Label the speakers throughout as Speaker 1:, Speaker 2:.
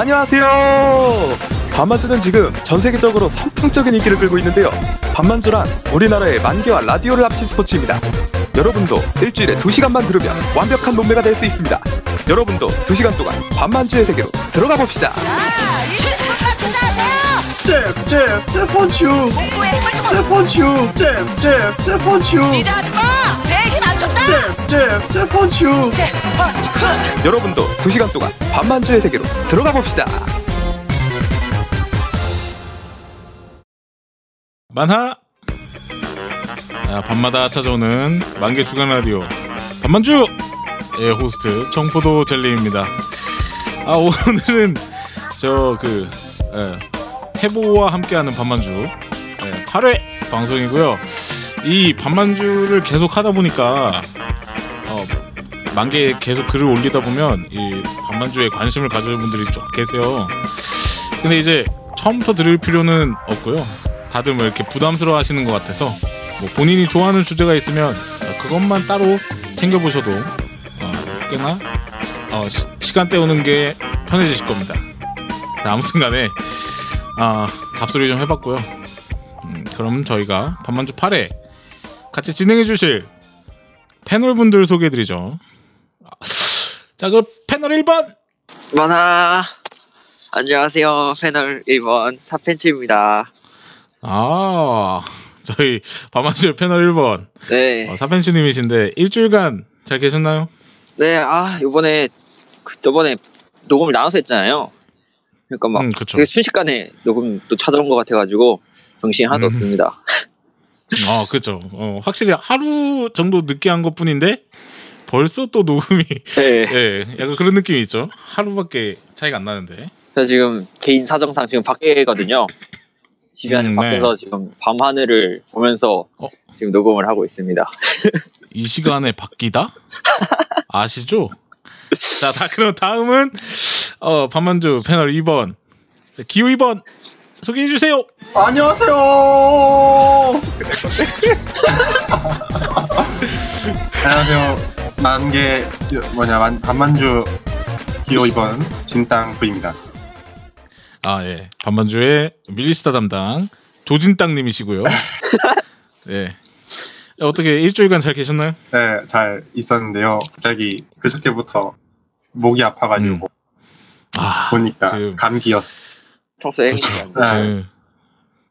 Speaker 1: 안녕하세요. 밤만주는 지금 전 세계적으로 선풍적인 인기를 끌고 있는데요. 밤만주란 우리나라의 만개와 라디오를 합친 스포츠입니다. 여러분도 일주일에 2시간만 들으면 완벽한 몸매가 될 수 있습니다. 여러분도 2시간 동안 밤만주의 세계로 들어가 봅시다.
Speaker 2: 아,
Speaker 3: 잽잽 잽펀츄 잽펀츄 잽잽 잽펀츄 잽잽 잽펀츄
Speaker 1: 여러분도 2시간 동안 밤만주의 세계로 들어가 봅시다.
Speaker 4: 만화 자, 밤마다 찾아오는 만개 주간 라디오 밤만주 의 호스트 청포도 젤리입니다 아 오늘은 저 그 태보와 함께하는 밤만주 예, 8회 방송이고요 이 밤만주를 계속 하다 보니까 어, 만개 계속 글을 올리다 보면 이 밤만주에 관심을 가져는 분들이 좀 계세요 근데 이제 처음부터 들을 필요는 없고요. 다들 뭐 이렇게 부담스러워 하시는 것 같아서 뭐 본인이 좋아하는 주제가 있으면 그것만 따로 챙겨보셔도 어, 꽤나 어, 시, 시간 때우는 게 편해지실 겁니다. 자, 아무튼 간에 아, 답소리 좀 해봤고요. 음, 그럼 저희가 밤만주 8회 같이 진행해 주실 패널분들 소개해드리죠. 아, 자, 그 패널 1번!
Speaker 5: 만화 안녕하세요 패널 1번 사펜츠입니다
Speaker 4: 아, 저희 밤만주 패널 1번
Speaker 5: 네네
Speaker 4: 어, 사펜슈님이신데 일주일간 잘 계셨나요?
Speaker 5: 아 요번에 그 저번에 녹음을 나눠서 했잖아요 그러니까 막
Speaker 4: 음, 그쵸.
Speaker 5: 되게 순식간에 녹음 또 찾아온 것 같아가지고 정신이
Speaker 4: 음.
Speaker 5: 하나도 없습니다
Speaker 4: 아, 그쵸. 어, 확실히 하루 정도 늦게 한 것 뿐인데 벌써 또 녹음이
Speaker 5: 네
Speaker 4: 예, 약간 그런 느낌이 있죠. 하루밖에 차이가 안 나는데.
Speaker 5: 제가 지금 개인 사정상 지금 밖에거든요 집이 아닌
Speaker 4: 음, 네.
Speaker 5: 밖에서 지금 밤 하늘을 보면서
Speaker 4: 어?
Speaker 5: 지금 녹음을 하고 있습니다
Speaker 4: 이 시간에 바뀌다? 아시죠? 자, 다 그럼 다음은 어, 밤만주 패널 2번 기호 2번 소개해 주세요.
Speaker 3: 안녕하세요 안녕하세요 만개 뭐냐 만, 반만주 기호 2번 진땅 부입니다
Speaker 4: 아, 예. 반반주의 밀리스타 담당 조진땅님이시고요. 예. 어떻게 일주일간 잘 계셨나요?
Speaker 3: 네잘 있었는데요 갑자기 그저께부터 목이 아파가지고
Speaker 4: 아,
Speaker 3: 보니까
Speaker 4: 음. 지금-
Speaker 3: 감기였어
Speaker 5: 평소에
Speaker 3: 아,
Speaker 4: 예.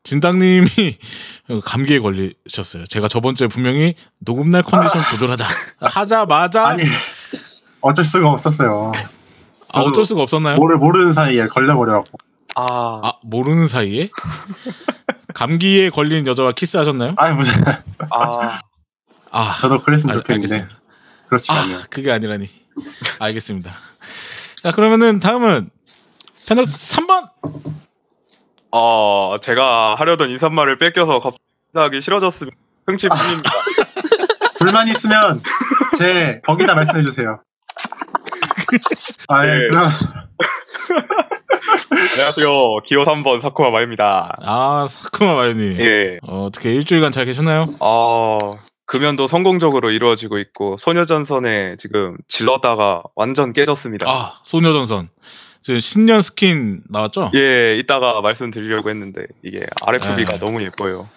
Speaker 4: 진땅님이 감기에 걸리셨어요. 제가 저번 주에 분명히 녹음날 컨디션 조절하자 하자마자
Speaker 3: 아니 어쩔 수가 없었어요
Speaker 4: 아, 어쩔 수가 없었나요?
Speaker 3: 뭐를 모르는 사이에 걸려버려갖고
Speaker 5: 아
Speaker 4: 아 모르는 사이에 감기에 걸린 여자와 키스하셨나요?
Speaker 3: 아니 무슨
Speaker 5: 아,
Speaker 4: 아
Speaker 3: 저도 그랬으면
Speaker 4: 알-
Speaker 3: 좋겠는데
Speaker 4: 알겠습니다.
Speaker 3: 그렇지 않네요
Speaker 4: 아 그게 아니라니. 알겠습니다. 자 그러면은 다음은 패널 3번
Speaker 6: 어, 제가 하려던 인사말을 뺏겨서 갑자기 싫어졌으면 흥치 뿐입니다.
Speaker 3: 불만 있으면 제 거기다 말씀해 주세요. 아, 예,
Speaker 6: 네.
Speaker 3: 그럼
Speaker 6: 안녕하세요. 기호 3번 사쿠마 마입니다.
Speaker 4: 아 사쿠마 마요님
Speaker 6: 예.
Speaker 4: 어, 어떻게 일주일간 잘 계셨나요?
Speaker 6: 어, 금연도 성공적으로 이루어지고 있고 소녀전선에 지금 질렀다가 완전 깨졌습니다.
Speaker 4: 아 소녀전선 지금 신년 스킨 나왔죠?
Speaker 6: 예, 이따가 말씀드리려고 했는데 이게 RFB가
Speaker 4: 네.
Speaker 6: 너무 예뻐요.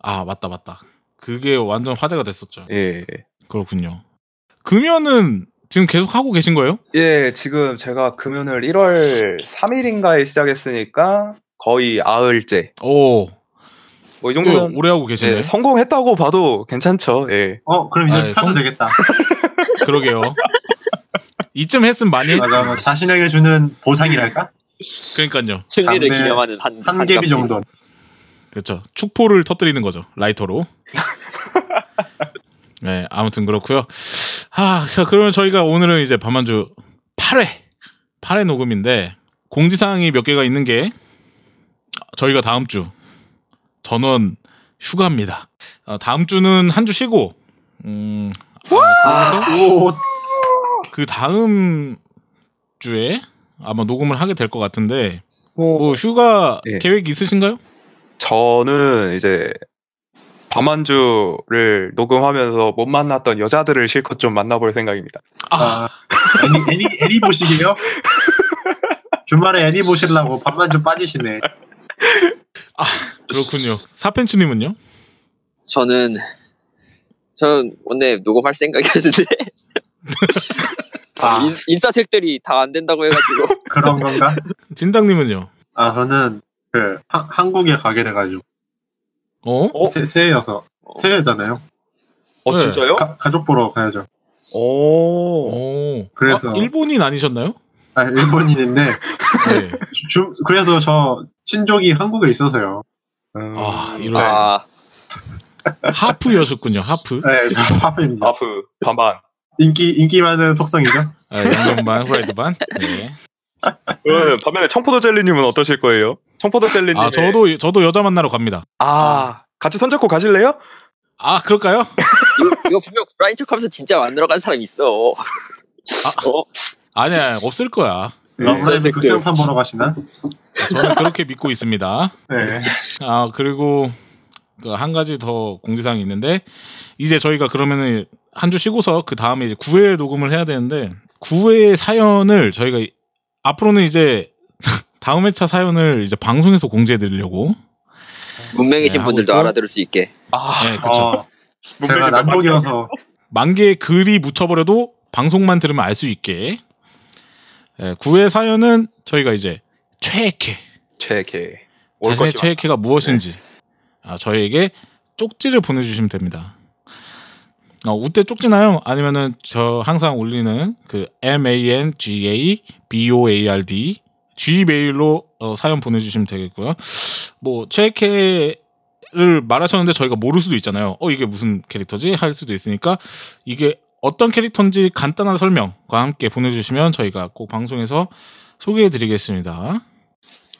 Speaker 4: 아 맞다 맞다 그게 완전 화제가 됐었죠
Speaker 6: 예.
Speaker 4: 그렇군요 금연은 지금 계속 하고 계신 거예요?
Speaker 6: 예, 지금 제가 금연을 1월 3일인가에 시작했으니까 거의 아흘째.
Speaker 4: 오
Speaker 6: 뭐 이
Speaker 4: 꽤
Speaker 6: 정도면
Speaker 4: 오래 하고 계시네요
Speaker 6: 예, 성공했다고 봐도 괜찮죠. 예.
Speaker 3: 어 그럼 이제
Speaker 4: 아, 예,
Speaker 3: 펴도
Speaker 4: 성-
Speaker 3: 되겠다.
Speaker 4: 그러게요 이쯤 했으면 많이 했지
Speaker 3: 맞아, 뭐 자신에게 주는 보상이랄까
Speaker 4: 그러니까요
Speaker 5: 승리를
Speaker 3: 담배
Speaker 5: 기념하는 한,
Speaker 3: 한 개비
Speaker 5: 값.
Speaker 3: 정도.
Speaker 4: 그렇죠 축포를 터뜨리는 거죠 라이터로 네 아무튼 그렇고요 아자 그러면 저희가 오늘은 이제 밤만주 8회 8회 녹음인데 공지사항이 몇 개가 있는 게 저희가 다음 주 전원 휴가입니다 아, 다음 주는 한 주 쉬고 음, 아, 그래서
Speaker 3: 오,
Speaker 4: 그 다음 주에 아마 녹음을 하게 될 것 같은데 뭐 휴가
Speaker 6: 예.
Speaker 4: 계획 있으신가요?
Speaker 6: 저는 이제 밤한주를 녹음하면서 못 만났던 여자들을 실컷 좀 만나볼 생각입니다.
Speaker 3: 아, 애니 애니 애니 보시기요? 주말에 애니 보시려고 밥만 좀 빠지시네.
Speaker 4: 그렇군요. 사펜츠님은요?
Speaker 5: 저는 저는 원래 녹음할 생각이었는데
Speaker 3: 아,
Speaker 5: 인- 인싸색들이 다 안 된다고 해가지고
Speaker 3: 그런 건가?
Speaker 4: 진당님은요?
Speaker 3: 아, 저는 그 하- 한국에 가게 돼가지고
Speaker 4: 어?
Speaker 6: 어?
Speaker 3: 새, 새해여서
Speaker 5: 어.
Speaker 3: 새해잖아요.
Speaker 6: 어
Speaker 4: 네.
Speaker 6: 진짜요?
Speaker 3: 가, 가족 보러 가야죠.
Speaker 4: 어.
Speaker 6: 오.
Speaker 4: 오.
Speaker 3: 그래서-
Speaker 4: 아, 일본인 아니셨나요?
Speaker 3: 아, 일본인인데
Speaker 4: 네.
Speaker 3: 주- 주, 그래서 저 친족이 한국에 있어서요.
Speaker 6: 음.
Speaker 4: 아, 이럴 수가.
Speaker 5: 아
Speaker 4: 하프였었군요. 하프.
Speaker 3: 네, 파프입니다.
Speaker 6: 아프 그, 반반.
Speaker 3: 인기 인기 많은 속성이죠.
Speaker 4: 아, 양념 반, 후라이드 반. 네.
Speaker 6: 그러면 반면에 네, 청포도 젤리님은 어떠실 거예요? 청포도 젤리님.
Speaker 4: 아, 저도 저도 여자 만나러 갑니다.
Speaker 6: 아 같이 손잡고 가실래요?
Speaker 4: 아, 그럴까요?
Speaker 5: 이거, 이거 분명 라인 척하면서 진짜 만들어 간 사람 있어 어?
Speaker 4: 아니야, 없을 거야.
Speaker 3: 네,
Speaker 5: 아,
Speaker 3: 라이브
Speaker 5: 새끼들.
Speaker 3: 극장판 보러 가시나?
Speaker 4: 저는 그렇게 믿고 있습니다.
Speaker 3: 네.
Speaker 4: 아 그리고 그 한 가지 더 공지사항이 있는데 이제 저희가 그러면은 한 주 쉬고서 그 다음에 이제 9회 녹음을 해야 되는데 9회 사연을 저희가 이- 앞으로는 이제 다음 회차 사연을 이제 방송에서 공지해 드리려고 네,
Speaker 5: 문맹이신
Speaker 4: 하고
Speaker 5: 분들도
Speaker 4: 있고.
Speaker 5: 알아들을 수 있게
Speaker 6: 아
Speaker 4: 네, 그쵸.
Speaker 3: 어, 제가
Speaker 6: 뭐-
Speaker 3: 남북이어서
Speaker 4: 만 개의 글이 묻혀버려도 방송만 들으면 알 수 있게 예, 9회 사연은 저희가 이제 최애캐
Speaker 6: 최애. 올 네.
Speaker 4: 자신의
Speaker 6: 것이 많-
Speaker 4: 최애캐가 무엇인지 아, 저희에게 쪽지를 보내주시면 됩니다. 어, 우때 쪽지나요? 아니면은 저 항상 올리는 그 M A N G A B O A R D G 메일로 어, 사연 보내주시면 되겠고요. 뭐 최애캐를 말하셨는데 저희가 모를 수도 있잖아요. 어 이게 무슨 캐릭터지 할 수도 있으니까 이게 어떤 캐릭터인지 간단한 설명과 함께 보내주시면 저희가 꼭 방송에서 소개해드리겠습니다.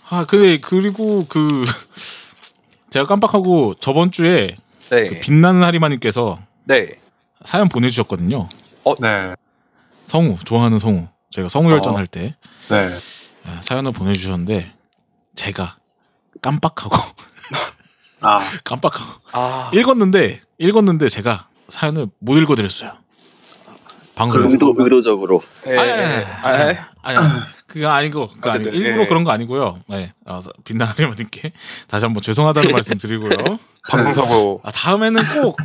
Speaker 4: 아, 근데 그리고 그 제가 깜빡하고 저번 주에
Speaker 6: 네.
Speaker 4: 그 빛나는 하리마님께서
Speaker 6: 네.
Speaker 4: 사연 보내주셨거든요.
Speaker 3: 네.
Speaker 4: 성우 좋아하는 성우 저희가 성우 열전
Speaker 6: 어.
Speaker 4: 할 때 예,
Speaker 3: 네.
Speaker 4: 사연을 보내주셨는데 제가 깜빡하고
Speaker 3: 아,
Speaker 4: 깜빡하고
Speaker 6: 아.
Speaker 3: 예.
Speaker 4: 읽었는데 읽었는데 제가 사연을 못 읽어드렸어요. 방금
Speaker 5: 의도, 의도적으로
Speaker 6: 예.
Speaker 4: 아니, 아니, 아니, 아니, 아니, 아니. 그거 아니고, 그거 아니고
Speaker 6: 어쨌든,
Speaker 4: 일부러
Speaker 6: 예.
Speaker 4: 그런 거 아니고요. 네, 어, 빛나리마님께 다시 한번 죄송하다는 말씀드리고요.
Speaker 6: 방송사고.
Speaker 3: 네.
Speaker 4: 아, 다음에는 꼭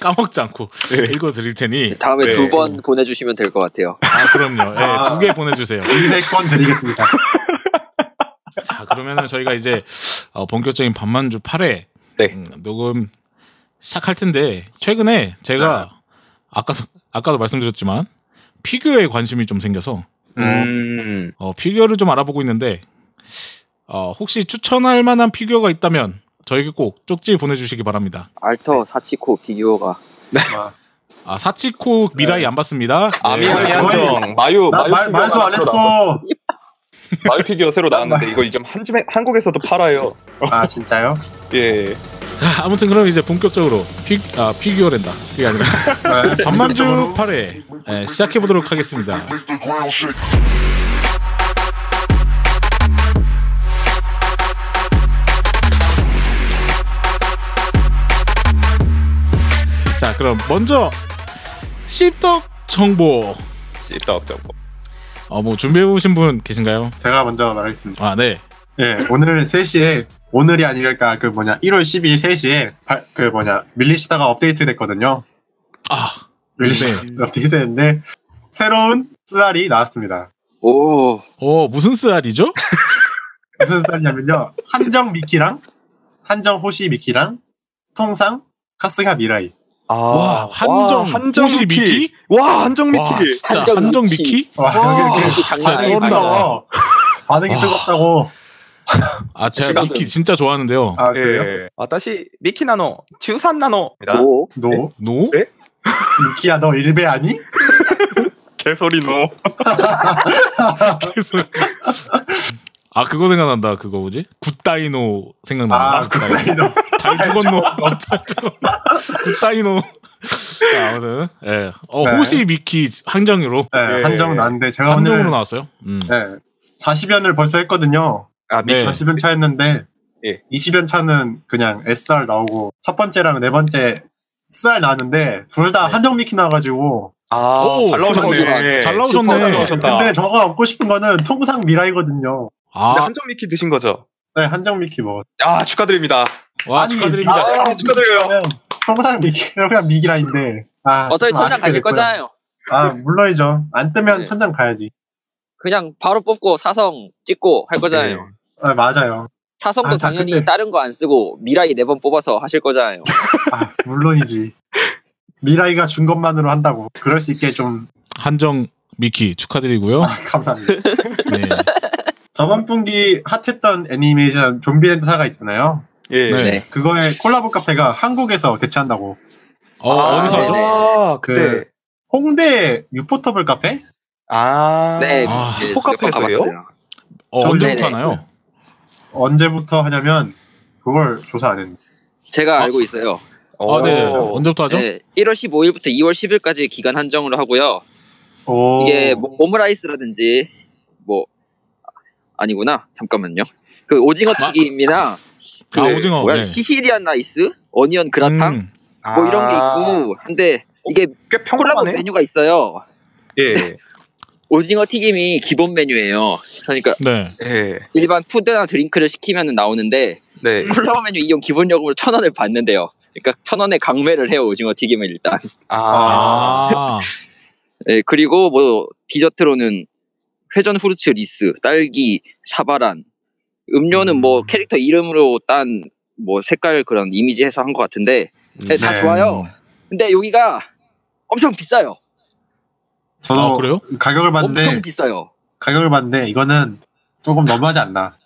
Speaker 4: 까먹지 않고
Speaker 6: 예.
Speaker 4: 읽어드릴 테니.
Speaker 5: 다음에
Speaker 6: 네.
Speaker 5: 두 번 보내주시면 될 것 같아요
Speaker 4: 아, 그럼요.
Speaker 3: 아.
Speaker 4: 두 개 보내주세요.
Speaker 3: 200권 드리겠습니다.
Speaker 4: 자, 그러면은 저희가 이제 어, 본격적인 반만주 8회
Speaker 6: 네.
Speaker 4: 녹음 시작할 텐데, 최근에 제가 아까도, 아까도 말씀드렸지만, 피규어에 관심이 좀 생겨서,
Speaker 6: 음.
Speaker 4: 어, 피규어를 좀 알아보고 있는데, 어, 혹시 추천할 만한 피규어가 있다면, 저에게 꼭 쪽지 보내주시기 바랍니다.
Speaker 5: 알터 사치코 비교가
Speaker 3: 와.
Speaker 4: 아, 사치코 미라이 안 봤습니다.
Speaker 6: 네. 아미아미
Speaker 3: 거의-
Speaker 6: 한정. 마유
Speaker 3: 네, 나
Speaker 6: 마유
Speaker 3: 말,
Speaker 6: 피규어
Speaker 3: 말도 안
Speaker 6: 새로 나왔-
Speaker 3: 했어.
Speaker 6: 마유 피규어 새로 나왔는데 이거 지금 한에 한국에서도 팔아요.
Speaker 3: 아, 진짜요?
Speaker 6: 예.
Speaker 4: 자, 아무튼 그럼 이제 본격적으로 피, 아, 피규어랜다. 그게 아니라
Speaker 3: 네.
Speaker 4: 반만주 8회 시작해 보도록 하겠습니다. 자, 그럼 먼저 씹덕 정보.
Speaker 6: 씹덕 정보.
Speaker 4: 어, 뭐 준비해 오신 분 계신가요?
Speaker 3: 제가 먼저 말하겠습니다.
Speaker 4: 아, 네.
Speaker 3: 예, 오늘 3시에 오늘이 아니랄까 그 뭐냐 1월 12일 3시에 그 뭐냐 밀리시다가 업데이트 됐거든요.
Speaker 4: 아,
Speaker 3: 밀리시다 가 업데이트 됐는데 새로운 쓰알이 나왔습니다.
Speaker 5: 오
Speaker 4: 어, 무슨 쓰알이죠?
Speaker 3: 무슨 쓰알이냐면요. 한정 미키랑 한정 호시 미키랑 통상 카스가 미라이.
Speaker 6: 아.
Speaker 4: 와, 한정,
Speaker 6: 한정
Speaker 4: 호시
Speaker 6: 미키.
Speaker 4: 미키?
Speaker 6: 와, 한정 미키.
Speaker 4: 와, 진짜
Speaker 5: 한정
Speaker 4: 한정
Speaker 5: 미키.
Speaker 4: 미키?
Speaker 3: 와, 여기 이렇게
Speaker 5: 이렇게
Speaker 4: 진짜
Speaker 5: 장난
Speaker 3: 반응이
Speaker 4: 쩐다.
Speaker 5: 아니다
Speaker 3: 뜨거워. 반응이
Speaker 4: 와.
Speaker 3: 뜨겁다고.
Speaker 4: 아, 제가
Speaker 5: 시간은-
Speaker 4: 미키 진짜 좋아하는데요.
Speaker 3: 아, 그래요?
Speaker 6: 예. 아, 다시 미키 나노, 튜산 나노.
Speaker 5: 오
Speaker 3: 너
Speaker 4: 노?
Speaker 3: 미키야 너 일베 아니?
Speaker 6: 개소리 노.
Speaker 4: 계속. 아 그거 생각난다 그거 뭐지 굿다이노 생각난다
Speaker 3: 아, 그래. 너.
Speaker 4: 잘 죽었노 어, 잘 죽었노 굿다이노 자, 아무튼 예. 어,
Speaker 3: 네.
Speaker 4: 호시 미키 한정으로
Speaker 3: 네,
Speaker 6: 예.
Speaker 3: 한정은 나왔는데 제가
Speaker 4: 한정으로
Speaker 3: 오늘
Speaker 4: 나왔어요 음.
Speaker 3: 네, 40연을 벌써 했거든요.
Speaker 6: 아, 미키.
Speaker 4: 네.
Speaker 3: 40연 차 했는데
Speaker 6: 예.
Speaker 3: 20연 차는 그냥 SR 나오고 첫 번째랑 네 번째 SR 나왔는데 둘 다
Speaker 6: 네.
Speaker 3: 한정 미키 나와가지고
Speaker 6: 아,
Speaker 4: 오,
Speaker 6: 잘 나오셨네. 예.
Speaker 4: 잘
Speaker 6: 슈퍼 잘
Speaker 4: 나오셨네.
Speaker 6: 나오셨다.
Speaker 3: 근데 저가 얻고 싶은 거는 통상 미라이거든요.
Speaker 6: 근데
Speaker 4: 아,
Speaker 6: 한정 미키 드신 거죠?
Speaker 3: 네, 한정 미키 먹었어요.
Speaker 6: 아, 축하드립니다.
Speaker 4: 와
Speaker 3: 아니,
Speaker 4: 축하드립니다.
Speaker 6: 아, 축하드려요.
Speaker 3: 그냥 평상 미기 그냥 미기라인데. 아,
Speaker 5: 어차피
Speaker 3: 좀
Speaker 5: 천장
Speaker 3: 아쉽게
Speaker 5: 가실
Speaker 3: 됐고요.
Speaker 5: 거잖아요.
Speaker 3: 아 물론이죠. 안 뜨면
Speaker 5: 네.
Speaker 3: 천장 가야지.
Speaker 5: 그냥 바로 뽑고 사성 찍고 할 거잖아요.
Speaker 6: 네.
Speaker 3: 아, 맞아요.
Speaker 5: 사성도
Speaker 3: 아, 자,
Speaker 5: 당연히
Speaker 3: 근데-
Speaker 5: 다른 거 안 쓰고 미라이 네 번 뽑아서 하실 거잖아요.
Speaker 3: 아 물론이지. 미라이가 준 것만으로 한다고. 그럴 수 있게 좀
Speaker 4: 한정 미키 축하드리고요.
Speaker 3: 아, 감사합니다.
Speaker 4: 네.
Speaker 3: 저번 분기 핫했던 애니메이션 좀비랜드 사가 있잖아요.
Speaker 6: 예.
Speaker 4: 네.
Speaker 5: 네.
Speaker 3: 그거에 콜라보 카페가 한국에서 개최한다고.
Speaker 4: 어,
Speaker 6: 아,
Speaker 4: 어디서 하죠?
Speaker 5: 네네.
Speaker 6: 아, 그때.
Speaker 3: 홍대 유포터블 카페?
Speaker 6: 아.
Speaker 5: 네,
Speaker 4: 아,
Speaker 5: 네,
Speaker 6: 포카페에서요?
Speaker 5: 몇번 가봤어요.
Speaker 4: 어,
Speaker 3: 전-
Speaker 4: 언제부터
Speaker 5: 네네.
Speaker 4: 하나요?
Speaker 3: 언제부터 하냐면 그걸 조사 안 했는데.
Speaker 5: 제가
Speaker 4: 아.
Speaker 5: 알고 있어요.
Speaker 4: 아, 네.
Speaker 6: 오.
Speaker 4: 언제부터 하죠?
Speaker 5: 네, 1월 15일부터 2월 10일까지 기간 한정으로 하고요.
Speaker 3: 오.
Speaker 5: 이게 뭐 오므라이스라든지 뭐 아, 아니구나 잠깐만요. 그 오징어 튀김이나 그
Speaker 4: 아, 오징어.
Speaker 5: 뭐야
Speaker 4: 네.
Speaker 5: 시시리안 라이스, 어니언 그라탕
Speaker 4: 음.
Speaker 5: 뭐 이런 게
Speaker 6: 아, 어,
Speaker 5: 있고 근데 이게
Speaker 6: 꽤
Speaker 5: 콜라보
Speaker 6: 평범하네.
Speaker 5: 메뉴가 있어요.
Speaker 6: 예.
Speaker 5: 오징어 튀김이 기본 메뉴예요. 그러니까
Speaker 4: 네.
Speaker 6: 예.
Speaker 5: 일반 푸드나 드링크를 시키면 나오는데
Speaker 6: 네.
Speaker 5: 콜라보 메뉴 이용 기본 요금으로 천 원을 받는데요. 그러니까 천 원에 강매를 해요 오징어 튀김을 일단.
Speaker 6: 아.
Speaker 4: 아.
Speaker 5: 예, 그리고 뭐 디저트로는 회전 후르츠 리스, 딸기, 사바란. 음료는 뭐 캐릭터 이름으로 딴 뭐 색깔 그런 이미지 해서 한 것 같은데 네, 다
Speaker 3: 네.
Speaker 5: 좋아요. 근데 여기가 엄청 비싸요.
Speaker 3: 저도
Speaker 4: 아, 그래요?
Speaker 3: 가격을 봤는데
Speaker 5: 엄청 비싸요.
Speaker 3: 가격을 봤는데 이거는 조금 너무하지 않나.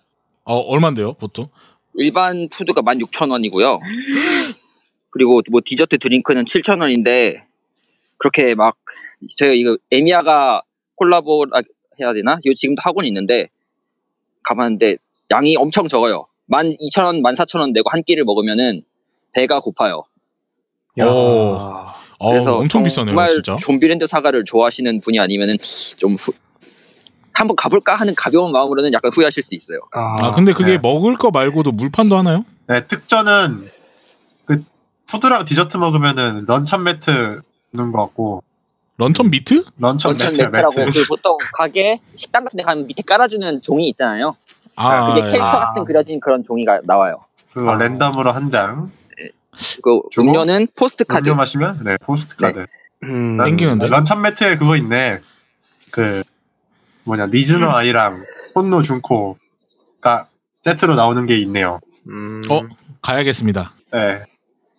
Speaker 4: 어, 얼마인데요, 보통?
Speaker 5: 일반 푸드가 16,000원이고요. 그리고 뭐 디저트 드링크는 7,000원인데 그렇게 막 제가 이거 에미아가 콜라보 해야 되나? 이거 지금도 하고는 있는데 가봤는데 양이 엄청 적어요. 12,000원, 14,000원 내고 한 끼를 먹으면은 배가 고파요.
Speaker 3: 야.
Speaker 4: 오.
Speaker 5: 아.
Speaker 4: 어,
Speaker 5: 그래서
Speaker 4: 엄청 비싸네요,
Speaker 5: 정말
Speaker 4: 진짜.
Speaker 5: 좀비랜드 사가를 좋아하시는 분이 아니면은 좀 후- 한번 가볼까 하는 가벼운 마음으로는 약간 후회하실 수 있어요.
Speaker 4: 아, 근데 그게 먹을 거 말고도 물판도 하나요?
Speaker 3: 네, 특전은 그 푸드랑 디저트 먹으면은 런천 매트 주는 것 같고
Speaker 4: 런천 미트?
Speaker 3: 런천,
Speaker 5: 원천
Speaker 3: 매트
Speaker 5: 매트라고
Speaker 3: 매트.
Speaker 5: 그 보통 가게 식당 같은 데 가면 밑에 깔아주는 종이 있잖아요.
Speaker 4: 아,
Speaker 5: 그게
Speaker 4: 예.
Speaker 5: 캐릭터
Speaker 3: 아.
Speaker 5: 같은 그려진 그런 종이가 나와요.
Speaker 3: 그거
Speaker 5: 아.
Speaker 3: 랜덤으로 한 장.
Speaker 5: 그
Speaker 3: 주문?
Speaker 5: 음료는 포스트 카드.
Speaker 3: 음료 마시면 네 포스트 카드.
Speaker 6: 음.
Speaker 3: 난-
Speaker 4: 땡기는데?
Speaker 3: 런천 매트에 그거 있네. 그 뭐냐 리즈너 아이랑 혼노 준코가 세트로 나오는 게 있네요.
Speaker 6: 음.
Speaker 4: 어? 가야겠습니다.
Speaker 3: 네.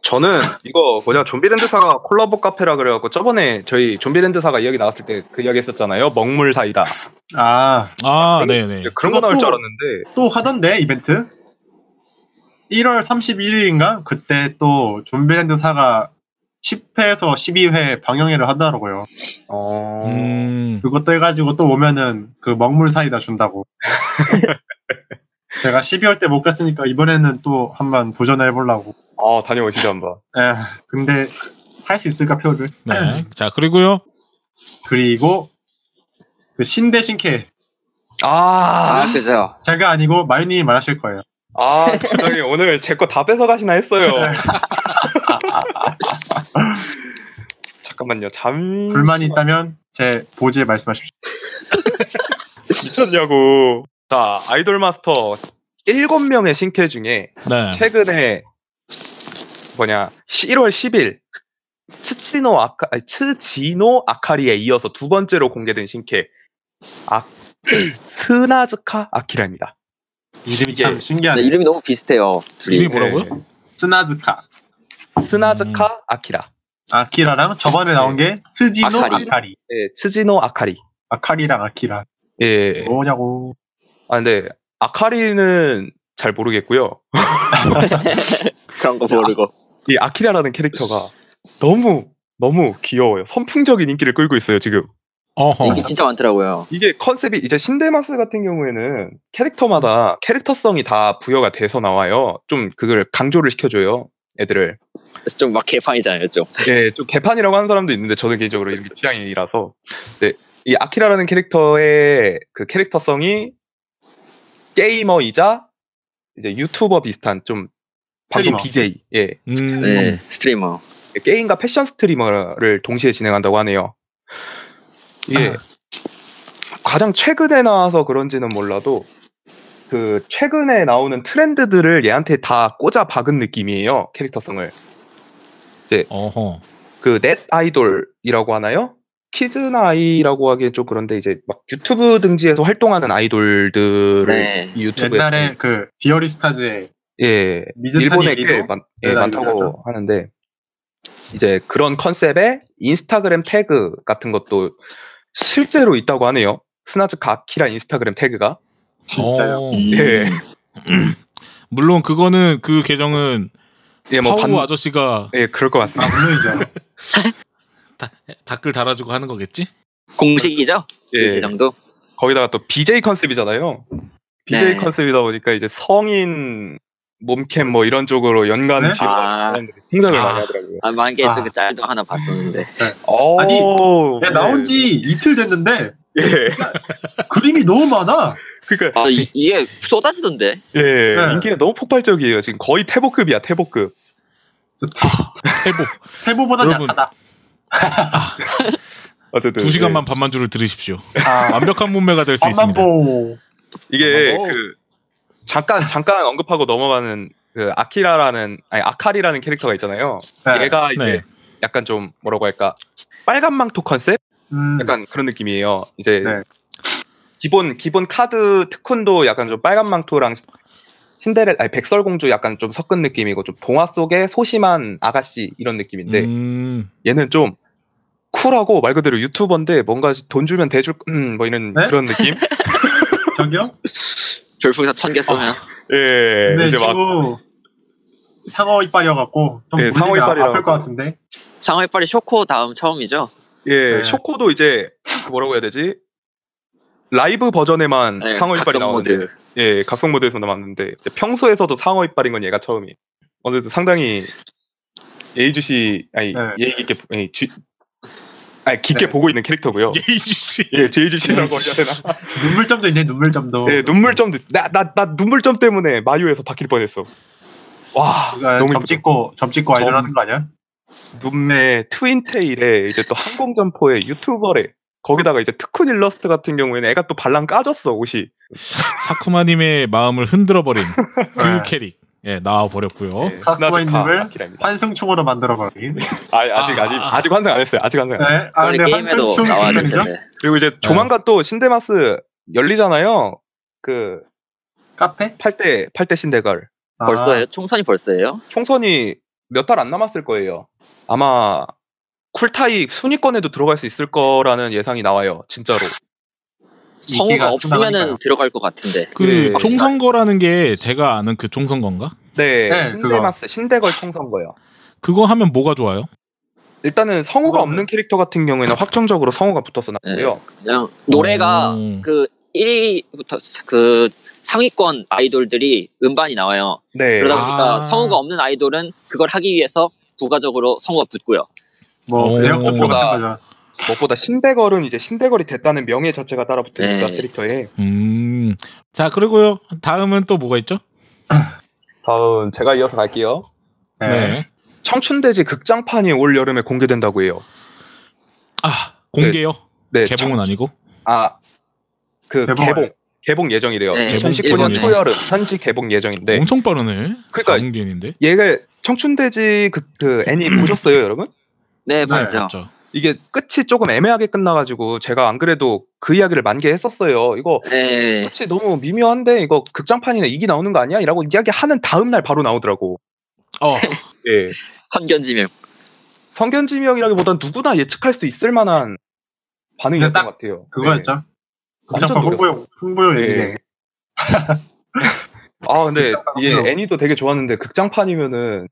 Speaker 6: 저는 이거 뭐냐 좀비랜드사가 콜라보 카페라 그래갖고 저번에 저희 좀비랜드사가 이야기 나왔을 때 그 이야기 했었잖아요 먹물 사이다
Speaker 3: 아 또
Speaker 4: 아, 네네.
Speaker 6: 그런 거 나올 줄
Speaker 3: 그것도-
Speaker 6: 알았는데
Speaker 3: 하던데 이벤트? 1월 31일인가 그때 또 좀비랜드 사가 10회에서 12회 방영회를 하더라고요.
Speaker 6: 어...
Speaker 4: 음.
Speaker 3: 그것도 해가지고 또 오면은 그 먹물 사이다 준다고. 제가 12월 때 못 갔으니까 이번에는 또 한번 도전해 보려고.
Speaker 6: 아 다녀오시죠 한번
Speaker 3: 에 근데 할 수 있을까 표를.
Speaker 4: 네. 자, 그리고요.
Speaker 3: 그리고 그 신대 신캐
Speaker 6: 아,
Speaker 5: 아, 그죠.
Speaker 3: 제가 아니고 마이님이 말하실 거예요.
Speaker 6: 아, 주장님 오늘 제 거 다 뺏어가시나 했어요. 잠깐만요, 잠
Speaker 3: 불만이 있다면 제 보지에 말씀하십시오.
Speaker 6: 미쳤냐고. 자, 아이돌 마스터 7명의 신캐 중에
Speaker 4: 네.
Speaker 6: 최근에 뭐냐 1월 10일 츠치노 아카 아니, 츠지노 아카리에 이어서 두 번째로 공개된 신캐 아 스나즈카 아키라입니다.
Speaker 3: 이름이
Speaker 6: 이게-
Speaker 3: 참
Speaker 5: 네,
Speaker 3: 신기하네.
Speaker 5: 이름이 너무 비슷해요.
Speaker 4: 이름이
Speaker 5: 둘이.
Speaker 4: 뭐라고요?
Speaker 3: 스나즈카
Speaker 6: 예, 스나즈카 아키라.
Speaker 3: 아키라랑 저번에 나온 게 스지노
Speaker 5: 네. 아카리.
Speaker 3: 아카리.
Speaker 6: 예, 츠지노 아카리.
Speaker 3: 아카리랑 아키라
Speaker 6: 예.
Speaker 3: 뭐냐고.
Speaker 6: 아 근데 아카리는 잘 모르겠고요.
Speaker 5: 그런 거 모르고.
Speaker 6: 이 아키라라는 캐릭터가 너무 너무 귀여워요. 선풍적인 인기를 끌고 있어요 지금.
Speaker 4: 어허.
Speaker 5: 인기 아, 진짜 많더라고요.
Speaker 6: 이게 컨셉이 이제 신데마스 같은 경우에는 캐릭터마다 캐릭터성이 다 부여가 돼서 나와요. 좀 그걸 강조를 시켜줘요. 애들을.
Speaker 5: 그래서 좀 막 개판이잖아요, 좀.
Speaker 6: 예, 좀 개판이라고 하는 사람도 있는데 저는 개인적으로 이렇게 취향이라서. 네, 이 아키라라는 캐릭터의 그 캐릭터성이 게이머이자 이제 유튜버 비슷한 좀
Speaker 3: 스트리머.
Speaker 6: 방송 BJ. 예,
Speaker 4: 음.
Speaker 5: 네, 스트리머.
Speaker 6: 게임과 패션 스트리머를 동시에 진행한다고 하네요. 이게
Speaker 3: 아.
Speaker 6: 가장 최근에 나와서 그런지는 몰라도 그 최근에 나오는 트렌드들을 얘한테 다 꽂아 박은 느낌이에요 캐릭터성을
Speaker 4: 어허.
Speaker 6: 그 넷 아이돌이라고 하나요? 키즈나 아이라고 하기엔 좀 그런데 이제 막 유튜브 등지에서 활동하는 아이돌들을
Speaker 5: 네.
Speaker 6: 이 유튜브에
Speaker 3: 옛날에 그 디어리스타즈의
Speaker 6: 예
Speaker 3: 미즈타니
Speaker 6: 일본에 꽤
Speaker 3: 리더?
Speaker 6: 많, 예,
Speaker 3: 옛날
Speaker 6: 많다고
Speaker 3: 유명하죠.
Speaker 6: 하는데 이제 그런 컨셉의 인스타그램 태그 같은 것도 실제로 있다고 하네요. 스나즈카 아키라 인스타그램 태그가
Speaker 3: 진짜요?
Speaker 4: 어.
Speaker 6: 예,
Speaker 4: 물론 그거는 그 계정은
Speaker 6: 예,
Speaker 4: 파우
Speaker 6: 뭐 반,
Speaker 4: 아저씨가
Speaker 6: 예, 그럴 것 같습니다.
Speaker 3: 아 물론이죠.
Speaker 6: 네.
Speaker 4: 댓글 달아주고 하는 거겠지?
Speaker 5: 공식이죠?
Speaker 6: 예,
Speaker 5: 이 정도?
Speaker 6: 거기다가 또 BJ 컨셉이잖아요. BJ
Speaker 5: 네.
Speaker 6: 컨셉이다 보니까 이제 성인 몸캠 뭐 이런 쪽으로 연관
Speaker 3: 네?
Speaker 6: 지어
Speaker 5: 아,
Speaker 6: 생각을
Speaker 4: 아.
Speaker 6: 많이 하더라고요.
Speaker 5: 아 만개
Speaker 3: 아.
Speaker 5: 저그 짤도 하나 봤었는데.
Speaker 3: 아니,
Speaker 6: 오, 네.
Speaker 3: 야, 네, 나온 지 이틀 됐는데
Speaker 6: 예, 예.
Speaker 3: 그림이 너무 많아.
Speaker 6: 그러니까
Speaker 5: 아, 이, 이게 쏟아지던데.
Speaker 6: 예,
Speaker 3: 네.
Speaker 6: 인기가 너무 폭발적이에요. 지금 거의 태보급이야, 태보급.
Speaker 3: 저 태,
Speaker 4: 해보.
Speaker 3: 태보보다
Speaker 4: 여러분.
Speaker 3: 약하다.
Speaker 6: 어쨌든
Speaker 4: 두
Speaker 6: 예.
Speaker 4: 시간만 반만주를 들으십시오.
Speaker 3: 네. 아,
Speaker 4: 완벽한 몸매가 될 수 있습니다.
Speaker 3: 만보.
Speaker 6: 이게
Speaker 4: 어.
Speaker 6: 그 잠깐 잠깐 언급하고 넘어가는 그 아키라라는 아니 아카리라는 캐릭터가 있잖아요.
Speaker 3: 네.
Speaker 6: 얘가 이제
Speaker 4: 네.
Speaker 6: 약간 좀 뭐라고 할까 빨간 망토 컨셉
Speaker 3: 음,
Speaker 6: 약간 그런 느낌이에요. 이제
Speaker 3: 네.
Speaker 6: 기본 기본 카드 특훈도 약간 좀 빨간 망토랑 신데렐 아니 백설공주 약간 좀 섞은 느낌이고 좀 동화 속의 소심한 아가씨 이런
Speaker 5: 네.
Speaker 6: 느낌인데
Speaker 4: 음,
Speaker 6: 얘는 좀 쿨하고 말 그대로 유튜버인데 뭔가 돈 주면 대줄 음, 뭐 이런
Speaker 3: 네?
Speaker 6: 그런 느낌?
Speaker 3: 저기요?
Speaker 5: 별풍선 천 개 쏘면.
Speaker 3: 네,
Speaker 6: 예.
Speaker 3: 근데
Speaker 6: 이제 막
Speaker 3: 친구 상어 이빨이어갖고 좀
Speaker 6: 네,
Speaker 3: 물리가
Speaker 6: 상어 이빨이라고.
Speaker 3: 아플 것 같은데.
Speaker 5: 상어이빨이 쇼코 다음 처음이죠?
Speaker 6: 예,
Speaker 3: 네.
Speaker 6: 쇼코도 이제 그 뭐라고 해야 되지? 라이브 버전에만
Speaker 5: 네,
Speaker 6: 상어 이빨이
Speaker 5: 각성
Speaker 6: 나오는데,
Speaker 5: 모드.
Speaker 6: 예, 각성 모드에서 나왔는데 이제 평소에서도 상어 이빨인 건 얘가 처음이. 어쨌든 상당히 예의주시 아니
Speaker 3: 네.
Speaker 6: 예의 깊게 아니, 쥐, 아니 깊게
Speaker 3: 네.
Speaker 6: 보고 있는 캐릭터고요.
Speaker 4: 예이주 씨.
Speaker 6: 예, 제이주시라고 해야 되나?
Speaker 3: 눈물점도 있네 눈물점도.
Speaker 6: 예, 눈물점도 나나나 눈물점 때문에 마유에서 바뀔 뻔했어. 와,
Speaker 3: 그러니까
Speaker 6: 너무
Speaker 3: 점 찍고 점 찍고 아이돌
Speaker 6: 점.
Speaker 3: 하는 거 아니야?
Speaker 6: 눈매 트윈테일에 이제 또 항공점포에 유튜버래 거기다가 이제 특훈 일러스트 같은 경우에는 애가 또 발랑 까졌어 옷이
Speaker 4: 사쿠마님의 마음을 흔들어버린 그
Speaker 3: 네.
Speaker 4: 캐릭. 예, 나와버렸고요.
Speaker 6: 예,
Speaker 3: 카쿠마의
Speaker 6: 스나즈카
Speaker 3: 님을
Speaker 6: 아키라입니다.
Speaker 3: 환승충으로 만들어버린.
Speaker 6: 아, 아직
Speaker 4: 아.
Speaker 6: 아직 아직 환생 안 했어요 아직 환생 안 했어요
Speaker 3: 네. 아
Speaker 5: 원래
Speaker 3: 근데
Speaker 5: 게임에도
Speaker 3: 환승충
Speaker 5: 나와야 될
Speaker 3: 직전이죠?
Speaker 5: 텐데.
Speaker 6: 그리고 이제 조만간 또 신데마스 열리잖아요 그
Speaker 3: 카페?
Speaker 6: 팔대 팔대 신데걸
Speaker 3: 아,
Speaker 5: 벌써예요? 총선이 벌써예요?
Speaker 6: 총선이 몇 달 안 남았을 거예요 아마 쿨타이 순위권에도 들어갈 수 있을 거라는 예상이 나와요 진짜로
Speaker 3: 인기가
Speaker 5: 성우가 없으면은
Speaker 3: 상당하니까요.
Speaker 5: 들어갈 것 같은데.
Speaker 4: 그
Speaker 6: 예.
Speaker 4: 총선거라는 게 제가 아는 그 총선거인가?
Speaker 6: 네,
Speaker 3: 네,
Speaker 6: 신데마스 신데걸 총선거요
Speaker 4: 그거 하면 뭐가 좋아요?
Speaker 6: 일단은 성우가
Speaker 3: 그거는-
Speaker 6: 없는 캐릭터 같은 경우에는 확정적으로 성우가 붙어서 나왔고요.
Speaker 5: 그냥 노래가
Speaker 4: 음.
Speaker 5: 그 1위부터 그 상위권 아이돌들이 음반이 나와요.
Speaker 6: 네.
Speaker 5: 그러다 보니까
Speaker 4: 아.
Speaker 5: 성우가 없는 아이돌은 그걸 하기 위해서 부가적으로 성우가 붙고요.
Speaker 3: 뭐
Speaker 4: 오.
Speaker 3: 내역도
Speaker 6: 아,
Speaker 3: 같은 거죠.
Speaker 6: 무엇보다 신대걸은 이제 신대걸이 됐다는 명예 자체가 따라붙으니까
Speaker 5: 네.
Speaker 6: 캐릭터에.
Speaker 4: 음. 자, 그리고요. 다음은 또 뭐가 있죠?
Speaker 6: 다음 제가 이어서 갈게요.
Speaker 3: 네.
Speaker 6: 청춘돼지 극장판이 올 여름에 공개된다고 해요.
Speaker 4: 아, 공개요?
Speaker 6: 네.
Speaker 4: 개봉은
Speaker 6: 청-
Speaker 4: 아니고?
Speaker 6: 아. 그
Speaker 3: 개봉.
Speaker 6: 개봉 개봉, 예정이래요.
Speaker 5: 네,
Speaker 6: 2019년
Speaker 4: 일본이요.
Speaker 6: 초여름 현지 개봉 예정인데.
Speaker 4: 엄청 빠르네.
Speaker 6: 그러니까-
Speaker 4: 공개인데.
Speaker 6: 얘가 청춘돼지 그, 그 애니 보셨어요, 여러분?
Speaker 5: 네, 맞죠.
Speaker 4: 맞죠.
Speaker 6: 이게 끝이 조금 애매하게 끝나가지고 제가 안 그래도 그 이야기를 만개했었어요. 이거
Speaker 5: 네.
Speaker 6: 그치 너무 미묘한데 이거 극장판이나 이기 나오는 거 아니야? 이라고 이야기하는 다음 날 바로 나오더라고.
Speaker 4: 어.
Speaker 6: 예.
Speaker 5: 선견지명.
Speaker 6: 성견지명이라기보단 누구나 예측할 수 있을 만한 반응이었던
Speaker 3: 딱
Speaker 6: 것 같아요.
Speaker 3: 그거였죠.
Speaker 4: 네.
Speaker 6: 완전
Speaker 3: 극장판
Speaker 6: 노렸어.
Speaker 3: 홍보용 홍보용
Speaker 6: 네.
Speaker 3: 얘기네.
Speaker 6: 네. 아 근데 이게
Speaker 3: 그럼요.
Speaker 6: 애니도 되게 좋았는데 극장판이면은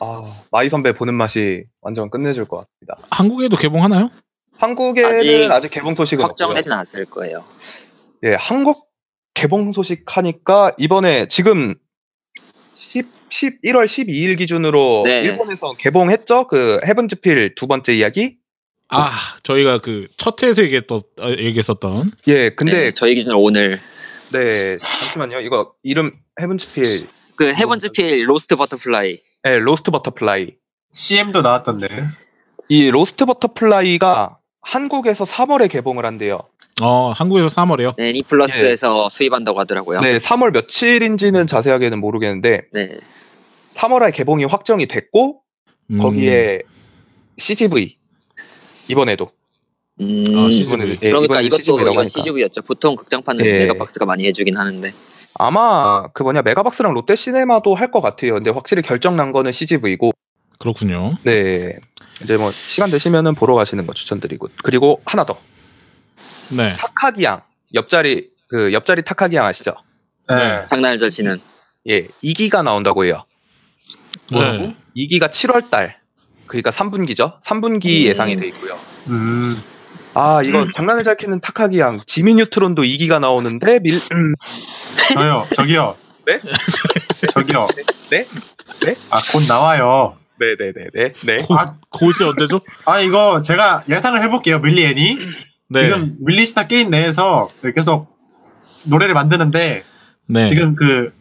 Speaker 6: 아 마이 선배 보는 맛이 완전 끝내줄 것 같습니다.
Speaker 4: 한국에도 개봉하나요?
Speaker 6: 한국에는
Speaker 5: 아직
Speaker 6: 아직 개봉 소식은 없고요.
Speaker 5: 확정되진 않았을 거예요.
Speaker 6: 예, 한국 개봉 소식 하니까 이번에 지금 10, 11월 12일 기준으로
Speaker 5: 네.
Speaker 6: 일본에서 개봉했죠? 그 헤븐즈필 두 번째 이야기?
Speaker 4: 아, 저희가 그 첫 회에서 얘기했던, 아, 얘기했었던.
Speaker 6: 예, 근데
Speaker 5: 네, 저희 기준으로 오늘
Speaker 6: 네 잠시만요 이거 이름 헤븐즈필
Speaker 5: 그 해본즈필 로스트 버터플라이.
Speaker 6: 예, 네, 로스트 버터플라이
Speaker 3: CM도 나왔던데.
Speaker 6: 이 로스트 버터플라이가 한국에서 3월에 개봉을 한대요.
Speaker 4: 어, 한국에서 3월이요.
Speaker 5: 네, 리플러스에서 수입한다고 하더라고요.
Speaker 6: 네, 3월 며칠인지는 자세하게는 모르겠는데
Speaker 5: 네.
Speaker 6: 3월에 개봉이 확정이 됐고
Speaker 4: 음.
Speaker 6: 거기에 CGV 이번에도
Speaker 5: 음,
Speaker 4: 아, CGV.
Speaker 6: 이번에도 예,
Speaker 5: 그러니까
Speaker 6: 이번에도
Speaker 5: 이것도
Speaker 6: CGV 라고
Speaker 5: 이건
Speaker 6: 하니까.
Speaker 5: CGV였죠. 보통 극장판은
Speaker 6: 예.
Speaker 5: 메가박스가 많이 해주긴 하는데.
Speaker 6: 아마 그 뭐냐 메가박스랑 롯데시네마도 할 것 같아요. 근데 확실히 결정 난 거는 CGV고
Speaker 4: 그렇군요.
Speaker 6: 네 이제 뭐 시간 되시면은 보러 가시는 거 추천드리고 그리고 하나 더
Speaker 4: 네.
Speaker 6: 타카기양 옆자리 그 옆자리 타카기양 아시죠?
Speaker 3: 네.
Speaker 5: 장난을 절치는.
Speaker 6: 예 2기가 나온다고 해요.
Speaker 3: 뭐라고?
Speaker 4: 네.
Speaker 6: 2기가 7월 달 그러니까 3분기죠. 3분기
Speaker 5: 음.
Speaker 6: 예상이 돼 있고요.
Speaker 3: 음.
Speaker 6: 아 이거 장난을 잘 캐는 타카기양 지미 뉴트론도 2기가 나오는데 밀 음,
Speaker 3: 저요, 저기요.
Speaker 6: 네?
Speaker 3: 저기요.
Speaker 6: 네? 네?
Speaker 3: 아, 곧 나와요.
Speaker 6: 네네네네 네.
Speaker 4: 고,
Speaker 3: 아.
Speaker 4: 고시 언제죠?
Speaker 3: 아, 이거 제가 예상을 해볼게요, 밀리 애니.
Speaker 4: 네.
Speaker 3: 지금 밀리스타 게임 내에서 네, 계속 노래를 만드는데,
Speaker 4: 네.
Speaker 3: 지금 그,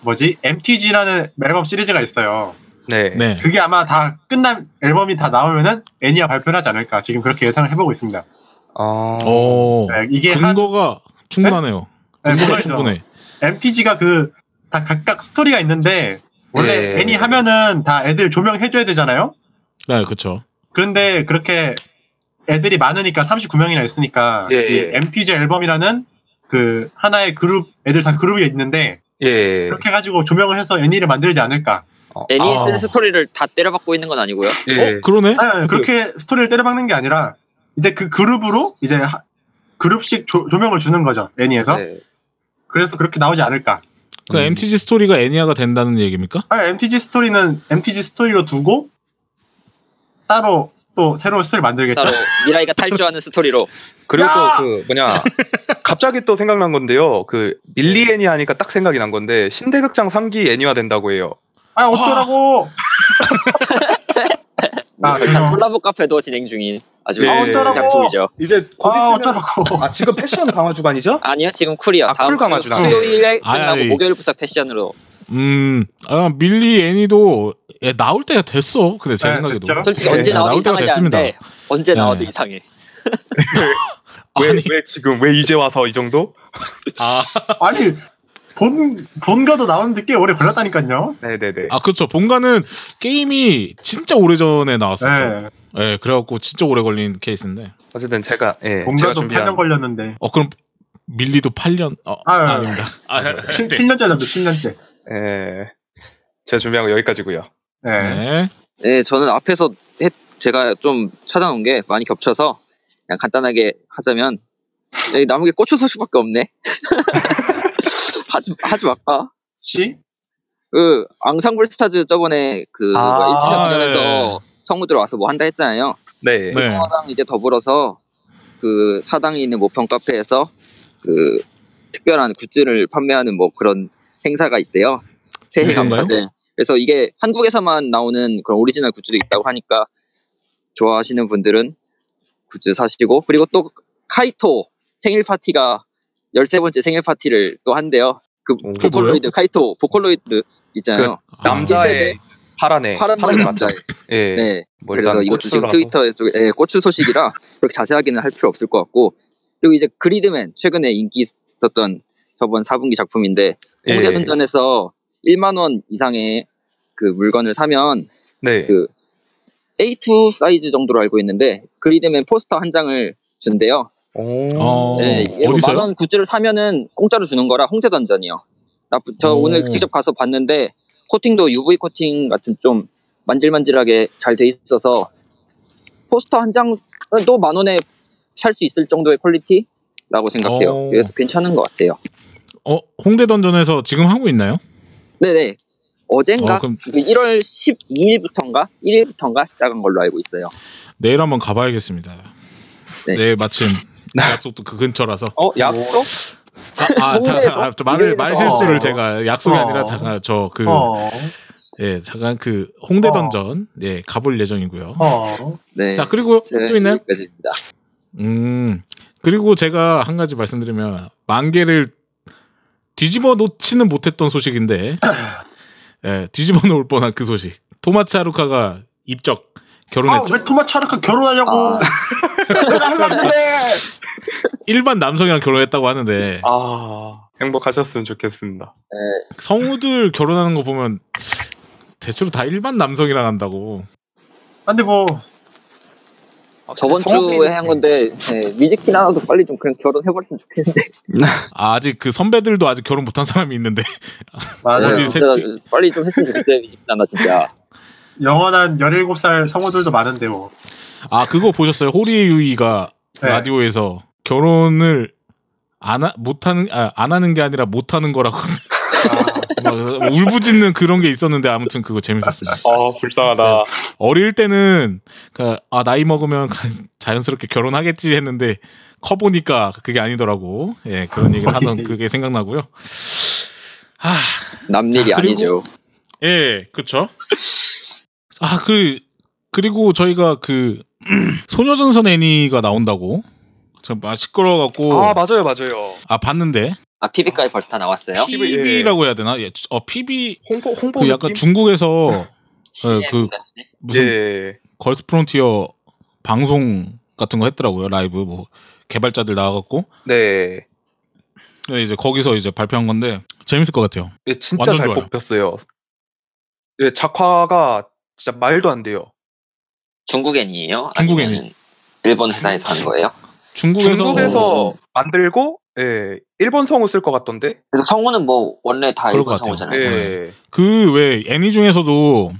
Speaker 3: 뭐지? MTG라는 앨범 시리즈가 있어요.
Speaker 6: 네.
Speaker 4: 네.
Speaker 3: 그게 아마 다 끝난 앨범이 다 나오면은 애니와 발표를 하지 않을까. 지금 그렇게 예상을 해보고 있습니다.
Speaker 6: 어...
Speaker 4: 오.
Speaker 3: 네, 이게 한,
Speaker 4: 근거가 충분하네요.
Speaker 3: 네,
Speaker 4: 근거가
Speaker 3: 물론이죠.
Speaker 4: 충분해.
Speaker 3: MTG가 그, 다 각각 스토리가 있는데, 원래
Speaker 6: 네.
Speaker 3: 애니 하면은 다 애들 조명해줘야 되잖아요?
Speaker 4: 네, 그렇죠.
Speaker 3: 그런데 그렇게 애들이 많으니까 39명이나 있으니까
Speaker 6: 예, 예.
Speaker 3: 이 MTG 앨범이라는 그 하나의 그룹 애들 다 그룹이 있는데
Speaker 6: 예.
Speaker 3: 그렇게 가지고 조명을 해서 애니를 만들지 않을까
Speaker 6: 어,
Speaker 5: 애니에
Speaker 4: 아.
Speaker 5: 쓰는 스토리를 다 때려박고 있는 건 아니고요.
Speaker 6: 예.
Speaker 4: 어, 그러네.
Speaker 3: 아니, 아니, 그렇게 스토리를 때려박는 게 아니라 이제 그 그룹으로 이제 하- 그룹씩 조, 명을 주는 거죠 애니에서
Speaker 6: 네.
Speaker 3: 그래서 그렇게 나오지 않을까
Speaker 4: 그
Speaker 6: 음.
Speaker 4: MTG 스토리가 애니아가 된다는 얘기입니까?
Speaker 3: 아, MTG 스토리는 MTG 스토리로 두고 따로 또 새로운 스토리 만들겠죠
Speaker 5: 따로 미라이가 탈주하는 스토리로.
Speaker 6: 그리고
Speaker 3: 야!
Speaker 6: 또 그 뭐냐 갑자기 또 생각난 건데요. 그 밀리 애니 하니까 딱 생각이 난 건데 신대극장 3기 애니화 된다고 해요.
Speaker 3: 아 어쩌라고 아,
Speaker 5: 일단
Speaker 3: 그래요?
Speaker 5: 콜라보 카페도 진행 중인 아주
Speaker 6: 네.
Speaker 3: 아, 어쩌라고.
Speaker 5: 작품이죠.
Speaker 6: 이제 곧
Speaker 3: 아
Speaker 6: 있으면
Speaker 3: 어쩌라고
Speaker 6: 아 지금 패션 강화 주반이죠?
Speaker 5: 아니요, 지금 쿨이요.
Speaker 6: 아,
Speaker 5: 다음
Speaker 6: 쿨 강화
Speaker 5: 주
Speaker 6: 주나?
Speaker 5: 수요일에
Speaker 4: 아,
Speaker 5: 끝나고
Speaker 4: 아니.
Speaker 5: 목요일부터 패션으로.
Speaker 4: 음, 아, 밀리 애니도 예, 나올 때가 됐어. 근데 제
Speaker 3: 네,
Speaker 4: 생각에도.
Speaker 3: 됐죠?
Speaker 5: 솔직히
Speaker 6: 네,
Speaker 5: 언제
Speaker 4: 나-
Speaker 5: 나와도
Speaker 4: 나올 때가
Speaker 5: 이상하지
Speaker 4: 됐습니다.
Speaker 5: 않은데 언제
Speaker 4: 네.
Speaker 5: 나와도 이상해.
Speaker 6: 왜,
Speaker 4: 아니,
Speaker 6: 왜 지금 왜 이제 와서 이 정도?
Speaker 4: 아,
Speaker 3: 아니 본 본가도 나오는데 꽤 오래 걸렸다니까요.
Speaker 6: 네네네.
Speaker 4: 아, 그렇죠. 본가는 게임이 진짜 오래전에 나왔었죠.
Speaker 3: 네,
Speaker 4: 예, 그래갖고 진짜 오래 걸린 케이스인데.
Speaker 6: 어쨌든 제가 예 제가
Speaker 3: 본가도
Speaker 6: 준비한
Speaker 3: 8년 걸렸는데
Speaker 4: 어, 그럼 밀리도 8년, 어,
Speaker 3: 아, 아,
Speaker 4: 아, 닙니다 아, 네.
Speaker 3: 7, 년째 남도 10년째.
Speaker 6: 예 제가 준비한 거 여기까지고요.
Speaker 3: 네.
Speaker 4: 네.
Speaker 5: 네, 저는 앞에서 했- 제가 좀 찾아놓은 게 많이 겹쳐서 그냥 간단하게 하자면 여기 남은 게 고추 소식밖에 없네. 하지 하지 말까?
Speaker 3: 씨,
Speaker 5: 그 앙상블 스타즈 저번에 그
Speaker 6: 아,
Speaker 5: 뭐야, 1주년
Speaker 4: 예.
Speaker 5: 기념해서 성우들 와서 뭐 한다 했잖아요.
Speaker 4: 네.
Speaker 6: 네.
Speaker 5: 사당 이제 더불어서 그 사당에 있는 모평 카페에서 그 특별한 굿즈를 판매하는 뭐 그런 행사가 있대요. 새해
Speaker 4: 그런가요?
Speaker 5: 감사제. 그래서 이게 한국에서만 나오는 그런 오리지널 굿즈도 있다고 하니까 좋아하시는 분들은 굿즈 사시고 그리고 또 카이토 생일 파티가 13번째 생일 파티를 또 한대요. 그
Speaker 6: 오. 그게
Speaker 5: 보컬로이드 카이토 보컬로이드 있잖아요.
Speaker 6: 남자의 파란에
Speaker 5: 네. 그, 파란 머리 남자.
Speaker 6: 예.
Speaker 5: 네.
Speaker 6: 뭐
Speaker 5: 그래서
Speaker 6: 일단
Speaker 5: 이것도 지금
Speaker 6: 꽃으로라서.
Speaker 5: 트위터 쪽에 예, 고추 소식이라 그렇게 자세하게는 할 필요 없을 것 같고 그리고 이제 그리드맨 최근에 인기 있었던 저번 4분기 작품인데
Speaker 6: 예.
Speaker 5: 공개변전에서 1만 원 이상의 그 물건을 사면
Speaker 6: 네.
Speaker 5: 그 A2 사이즈 정도로 알고 있는데 그리드맨 포스터 한 장을 준대요.
Speaker 6: 오.
Speaker 4: 어,
Speaker 5: 예,
Speaker 4: 어디서요?
Speaker 5: 만원 굿즈를 사면은 공짜로 주는 거라 홍제 던전이요. 나쁘- 저
Speaker 4: 오.
Speaker 5: 오늘 직접 가서 봤는데 코팅도 UV 코팅 같은 좀 만질만질하게 잘 돼 있어서 포스터 한 장은 또 만 원에 살 수 있을 정도의 퀄리티라고 생각해요.
Speaker 4: 오.
Speaker 5: 그래서 괜찮은 것 같아요.
Speaker 4: 어, 홍대 던전에서 지금 하고 있나요?
Speaker 5: 네네. 어젠가
Speaker 4: 어, 그럼-
Speaker 5: 그 1월 12일부터인가 1일부터인가 시작한 걸로 알고 있어요.
Speaker 4: 내일 한번 가봐야겠습니다.
Speaker 5: 네.
Speaker 4: 내일 마침 약속도 그 근처라서.
Speaker 6: 어, 약속?
Speaker 4: 아, 아, 자, 자, 아, 저 말을 말 실수를 제가 약속이
Speaker 3: 뭐 어.
Speaker 4: 아니라 잠깐 저그
Speaker 3: 어,
Speaker 4: 예, 잠깐 그 홍대
Speaker 3: 어.
Speaker 4: 던전 예 가볼 예정이고요.
Speaker 3: 어,
Speaker 5: 네.
Speaker 4: 자 그리고
Speaker 5: 제
Speaker 4: 또 있나요?
Speaker 5: 여기까지입니다.
Speaker 4: 음 그리고 제가 한 가지 말씀드리면 만개를 뒤집어 놓지는 못했던 소식인데 예 뒤집어 놓을 뻔한 그 소식 토마츠 하루카가 입적 결혼했죠.
Speaker 3: 아왜 그만 차라카 결혼하냐고
Speaker 5: 아,
Speaker 3: 내가 하려고 했는데
Speaker 4: 일반 남성이랑 결혼했다고 하는데
Speaker 6: 아 행복하셨으면 좋겠습니다.
Speaker 4: 성우들 결혼하는 거 보면 대체로 다 일반 남성이랑 한다고.
Speaker 3: 근데 뭐
Speaker 6: 어,
Speaker 5: 저번 주에 한 건데 네, 뮤직킨 하나도 빨리 좀 그냥 결혼해버렸으면 좋겠는데
Speaker 4: 아, 아직 그 선배들도 아직 결혼 못한 사람이 있는데
Speaker 3: 맞아요
Speaker 4: 어디
Speaker 5: 네, 진짜 빨리 좀 했으면 좋겠어요 뮤직킨 하나 진짜
Speaker 3: 영원한 17살 성우들도 많은데 뭐
Speaker 4: 아 그거 보셨어요? 호리의 유이가
Speaker 3: 네.
Speaker 4: 라디오에서 결혼을 안 하, 못하는 아, 안 하는 게 아니라 못하는 거라고 막 울부짖는 그런 게 있었는데 아무튼 그거 재밌었습니다.
Speaker 6: 아
Speaker 4: 네,
Speaker 6: 불쌍하다.
Speaker 4: 어릴 때는 그러니까 아 나이 먹으면 자연스럽게 결혼하겠지 했는데 커 보니까 그게 아니더라고. 예 그런 얘기를 하던 그게 생각나고요. 아
Speaker 5: 남
Speaker 4: 자,
Speaker 5: 일이
Speaker 4: 그리고-
Speaker 5: 아니죠
Speaker 4: 예, 그쵸. 아, 그, 그리고 저희가 그, 소녀전선 애니가 나온다고. 참, 아, 시끄러워갖고.
Speaker 6: 아
Speaker 4: 아,
Speaker 6: 맞아요 맞아요.
Speaker 4: 봤는데.
Speaker 5: 아 피비까지 벌써 다 나왔어요?
Speaker 4: PB라고 해야 되나? 예, 어, PB.
Speaker 6: 홍보 홍보
Speaker 4: 그 약간
Speaker 6: 느낌?
Speaker 4: 중국에서 네, 그-
Speaker 5: 같은데?
Speaker 4: 무슨
Speaker 6: 예.
Speaker 4: 걸스 프론티어 방송 같은 거 했더라고요. 라이브 뭐, 개발자들 나와갖고.
Speaker 6: 네.
Speaker 4: 네, 이제 거기서 이제 발표한 건데. 재밌을 것 같아요.
Speaker 6: 예, 진짜
Speaker 4: 완전
Speaker 6: 잘
Speaker 4: 좋아요.
Speaker 6: 뽑혔어요. 예, 작화가 진짜 말도 안 돼요.
Speaker 5: 중국 애니에요?
Speaker 4: 중국
Speaker 5: 아니면 일본 회사에서 하는 거예요?
Speaker 4: 중국에서.
Speaker 6: 중국에서 만들고 예, 일본 성우 쓸 것 같던데.
Speaker 5: 그래서 성우는 뭐 원래 다
Speaker 4: 그럴
Speaker 5: 일본
Speaker 4: 것 같아요.
Speaker 6: 예.
Speaker 5: 성우잖아요
Speaker 4: 그 왜 애니 중에서도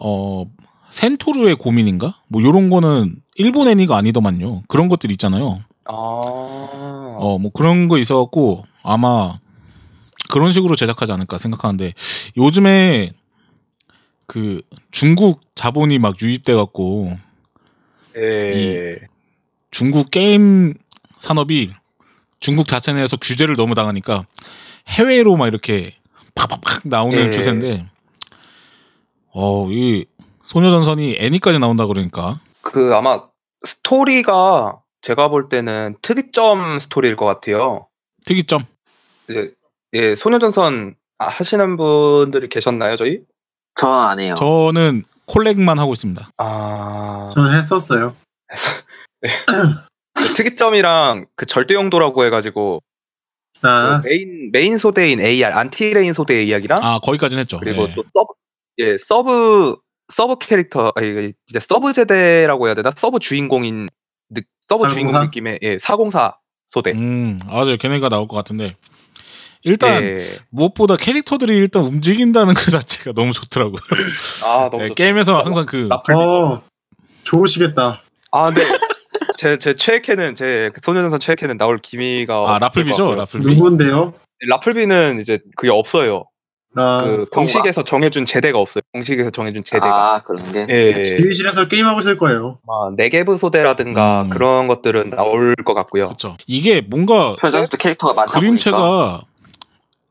Speaker 4: 어 센토르의 고민인가 뭐 요런 거는 일본 애니가 아니더만요 그런 것들 있잖아요
Speaker 6: 아.
Speaker 4: 어 뭐 그런 거 있어갖고 아마 그런 식으로 제작하지 않을까 생각하는데 요즘에 그 중국 자본이 막 유입돼갖고
Speaker 6: 예.
Speaker 4: 중국 게임 산업이 중국 자체 내에서 규제를 너무 당하니까 해외로 막 이렇게 팍팍팍 나오는
Speaker 6: 예.
Speaker 4: 추세인데 어 이 소녀전선이 애니까지 나온다 그러니까
Speaker 6: 그 아마 스토리가 제가 볼 때는 특이점 스토리일 것 같아요.
Speaker 4: 특이점
Speaker 6: 이제 예, 소녀전선 아, 하시는 분들이 계셨나요, 저희?
Speaker 5: 저 안 해요 아,
Speaker 4: 저는 콜렉만 하고 있습니다.
Speaker 6: 아.
Speaker 3: 저는 했었어요
Speaker 6: 그 특이점이랑 그 절대 용도라고 해 가지고
Speaker 4: 어,
Speaker 3: 아,
Speaker 6: 그 메인 메인 소대인 AR 안티레인 소대의 이야기랑
Speaker 4: 아 거기까지는 했죠.
Speaker 6: 그리고
Speaker 4: 예.
Speaker 6: 또 서브 예 서브 서브 캐릭터 아 이게 이제 서브 제대라고 해야 되나 서브 주인공인 느, 서브
Speaker 3: 404?
Speaker 6: 주인공 느낌의 예, 404 소대
Speaker 4: 음 맞아요. 걔네가 나올 것 같은데 일단
Speaker 6: 예.
Speaker 4: 무엇보다 캐릭터들이 일단 움직인다는 그 자체가 너무 좋더라고요.
Speaker 6: 아 너무
Speaker 4: 예,
Speaker 6: 좋다.
Speaker 4: 게임에서 항상 그
Speaker 6: 나-
Speaker 3: 어 좋으시겠다
Speaker 6: 아 근데 제제 최애캐는 제그 소녀전선 최애캐는 나올 기미가
Speaker 4: 아, 라플비죠. 라플비.
Speaker 3: 누군데요?
Speaker 6: 라플비는 이제 그게 없어요
Speaker 3: 아,
Speaker 6: 그 공식에서 정해준 제대가 없어요 공식에서 정해준 제대가
Speaker 5: 아 그런 게?
Speaker 4: 네.
Speaker 6: 예,
Speaker 3: 지휘실에서 게임하고 있을 거예요
Speaker 6: 아마 네개부 소대라든가
Speaker 4: 음.
Speaker 6: 그런 것들은 나올 것 같고요.
Speaker 4: 그렇죠. 이게 뭔가
Speaker 5: 표정에서도 캐릭터가 많다 보니까
Speaker 4: 그림체가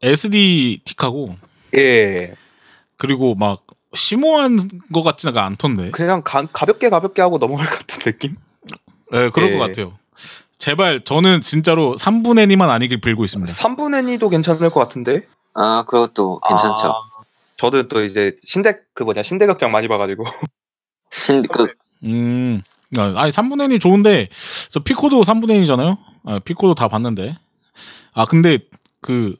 Speaker 4: SD틱하고
Speaker 6: 예,
Speaker 4: 그리고 막 심오한 것 같지가 않던데.
Speaker 6: 그냥 가, 가볍게 가볍게 하고 넘어갈 것 같은 느낌.
Speaker 4: 예, 그럴
Speaker 6: 예.
Speaker 4: 것 같아요. 제발 저는 진짜로 3분 애니만 아니길 빌고
Speaker 6: 네.
Speaker 4: 있습니다.
Speaker 6: 3분 애니도 괜찮을 것 같은데.
Speaker 5: 아 그것도 괜찮죠
Speaker 6: 아, 저도 또 이제 신대 그 뭐냐 신대 극장 많이 봐가지고
Speaker 5: 신, 그,
Speaker 4: 음. 아, 아니 3분 애니 좋은데 저 피코도 3분 애니잖아요. 아, 피코도 다 봤는데. 아, 근데 그